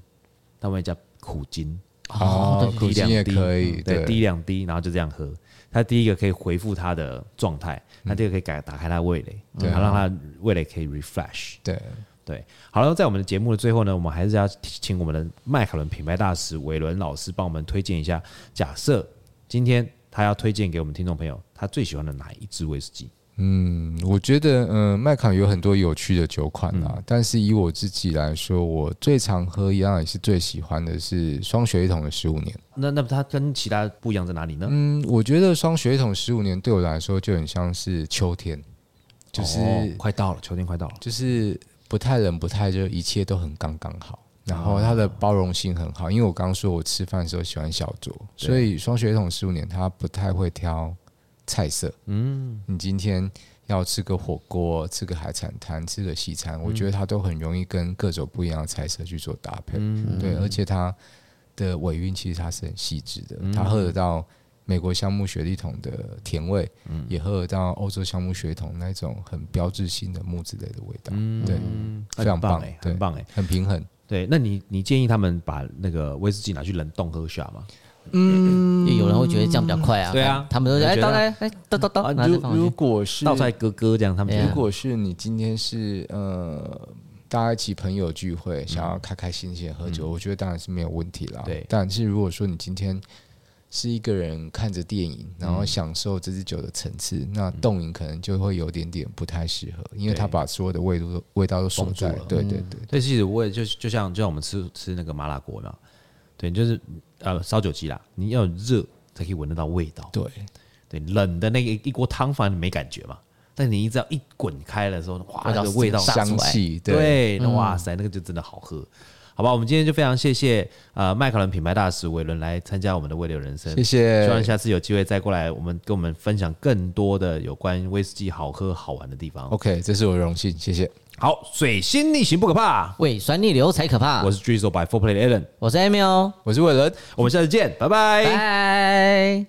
Speaker 1: 他们会加苦精，
Speaker 3: 哦
Speaker 2: 对，
Speaker 3: 苦
Speaker 1: 滴两
Speaker 3: 精也
Speaker 1: 滴
Speaker 3: 可以，
Speaker 1: 嗯对，滴两滴，然后就这样喝。它第一个可以回复它的状态，它第二个可以改打开它的味蕾，嗯
Speaker 3: 对啊
Speaker 1: 然后让它的味蕾可以 refresh。
Speaker 3: 对，
Speaker 1: 对，好了，在我们的节目的最后呢，我们还是要请我们的麦卡伦品牌大使韦伦老师帮我们推荐一下。假设今天他要推荐给我们听众朋友，他最喜欢的哪一支威士忌？
Speaker 3: 嗯，我觉得，嗯、麦卡有很多有趣的酒款啦、但是以我自己来说，我最常喝一样也是最喜欢的是双血一桶的十五年。
Speaker 1: 那那它跟其他不一样在哪里呢？
Speaker 3: 嗯，我觉得双血一桶十五年对我来说就很像是秋天，就是、
Speaker 1: 哦快到了，秋天快到了，
Speaker 3: 就是不太冷不太热，一切都很刚刚好。然后它的包容性很好，因为我刚刚说我吃饭的时候喜欢小酌，
Speaker 1: 对
Speaker 3: 所以双血一桶十五年它不太会挑菜色。嗯，你今天要吃个火锅，吃个海产摊，吃个西餐，我觉得它都很容易跟各种不一样的菜色去做搭配。对，而且它的尾韵其实它是很细致的，
Speaker 1: 嗯
Speaker 3: 它喝得到美国橡木雪莉桶的甜味，
Speaker 1: 嗯
Speaker 3: 也喝得到欧洲橡木雪莉桶那种很标志性的木质类的味道，对，非常
Speaker 1: 很棒
Speaker 3: 棒，
Speaker 1: 哎，
Speaker 3: 对
Speaker 1: 很，棒哎。
Speaker 3: 很平衡。
Speaker 1: 对，那你你建议他们把那个威士忌拿去冷冻喝下吗？
Speaker 2: 因为有人会觉得这样比较快啊。
Speaker 1: 对啊
Speaker 2: 他们都说
Speaker 1: 我
Speaker 2: 哎
Speaker 1: 觉得啊
Speaker 2: 倒来哎倒倒倒，拿着
Speaker 3: 如
Speaker 2: 放
Speaker 3: 如
Speaker 2: 进去。
Speaker 3: 果是
Speaker 1: 倒出来哥哥这样，他们觉
Speaker 2: 对
Speaker 1: 得
Speaker 2: 啊
Speaker 3: 如果是你今天是呃大家一起朋友聚会，想要开开心心地喝酒，我觉得当然是没有问题啦。
Speaker 1: 嗯对
Speaker 3: 但是如果说你今天是一个人看着电影，然
Speaker 1: 嗯
Speaker 3: 后享受这支酒的层次，那冻饮可能就会有点点不太适合，因为
Speaker 1: 对
Speaker 3: 它把所有的味道都味道都锁
Speaker 1: 封住
Speaker 3: 在
Speaker 1: 了。嗯
Speaker 3: 对对对，
Speaker 1: 对，其实我也就就像就像我们吃吃那个麻辣锅嘛，对，就是呃烧酒鸡啦，你要有热才可以闻得到味道。
Speaker 3: 对，
Speaker 1: 对，冷的那个一锅汤反正没感觉嘛，但你一只要一滚开的时候，哇，
Speaker 2: 味
Speaker 1: 那
Speaker 2: 道
Speaker 1: 个味道
Speaker 2: 上
Speaker 3: 香气对。
Speaker 1: 对，那哇塞，那个就真的好喝。好吧，我们今天就非常谢谢呃麦卡伦品牌大使韦伦来参加我们的味流人生，
Speaker 3: 谢谢
Speaker 1: 希望下次有机会再过来，我们跟我们分享更多的有关威士忌好喝好玩的地方。
Speaker 3: OK，这是我的荣幸，谢谢。
Speaker 1: 好，水星逆行不可怕，
Speaker 2: 胃酸逆流才可怕。
Speaker 1: 我
Speaker 2: 我
Speaker 1: 是 Drizzle by Four Play 的 Alan，
Speaker 2: 我是 Amy 哦，
Speaker 3: 我是伟伦，
Speaker 1: 我们下次见，拜拜
Speaker 2: 拜。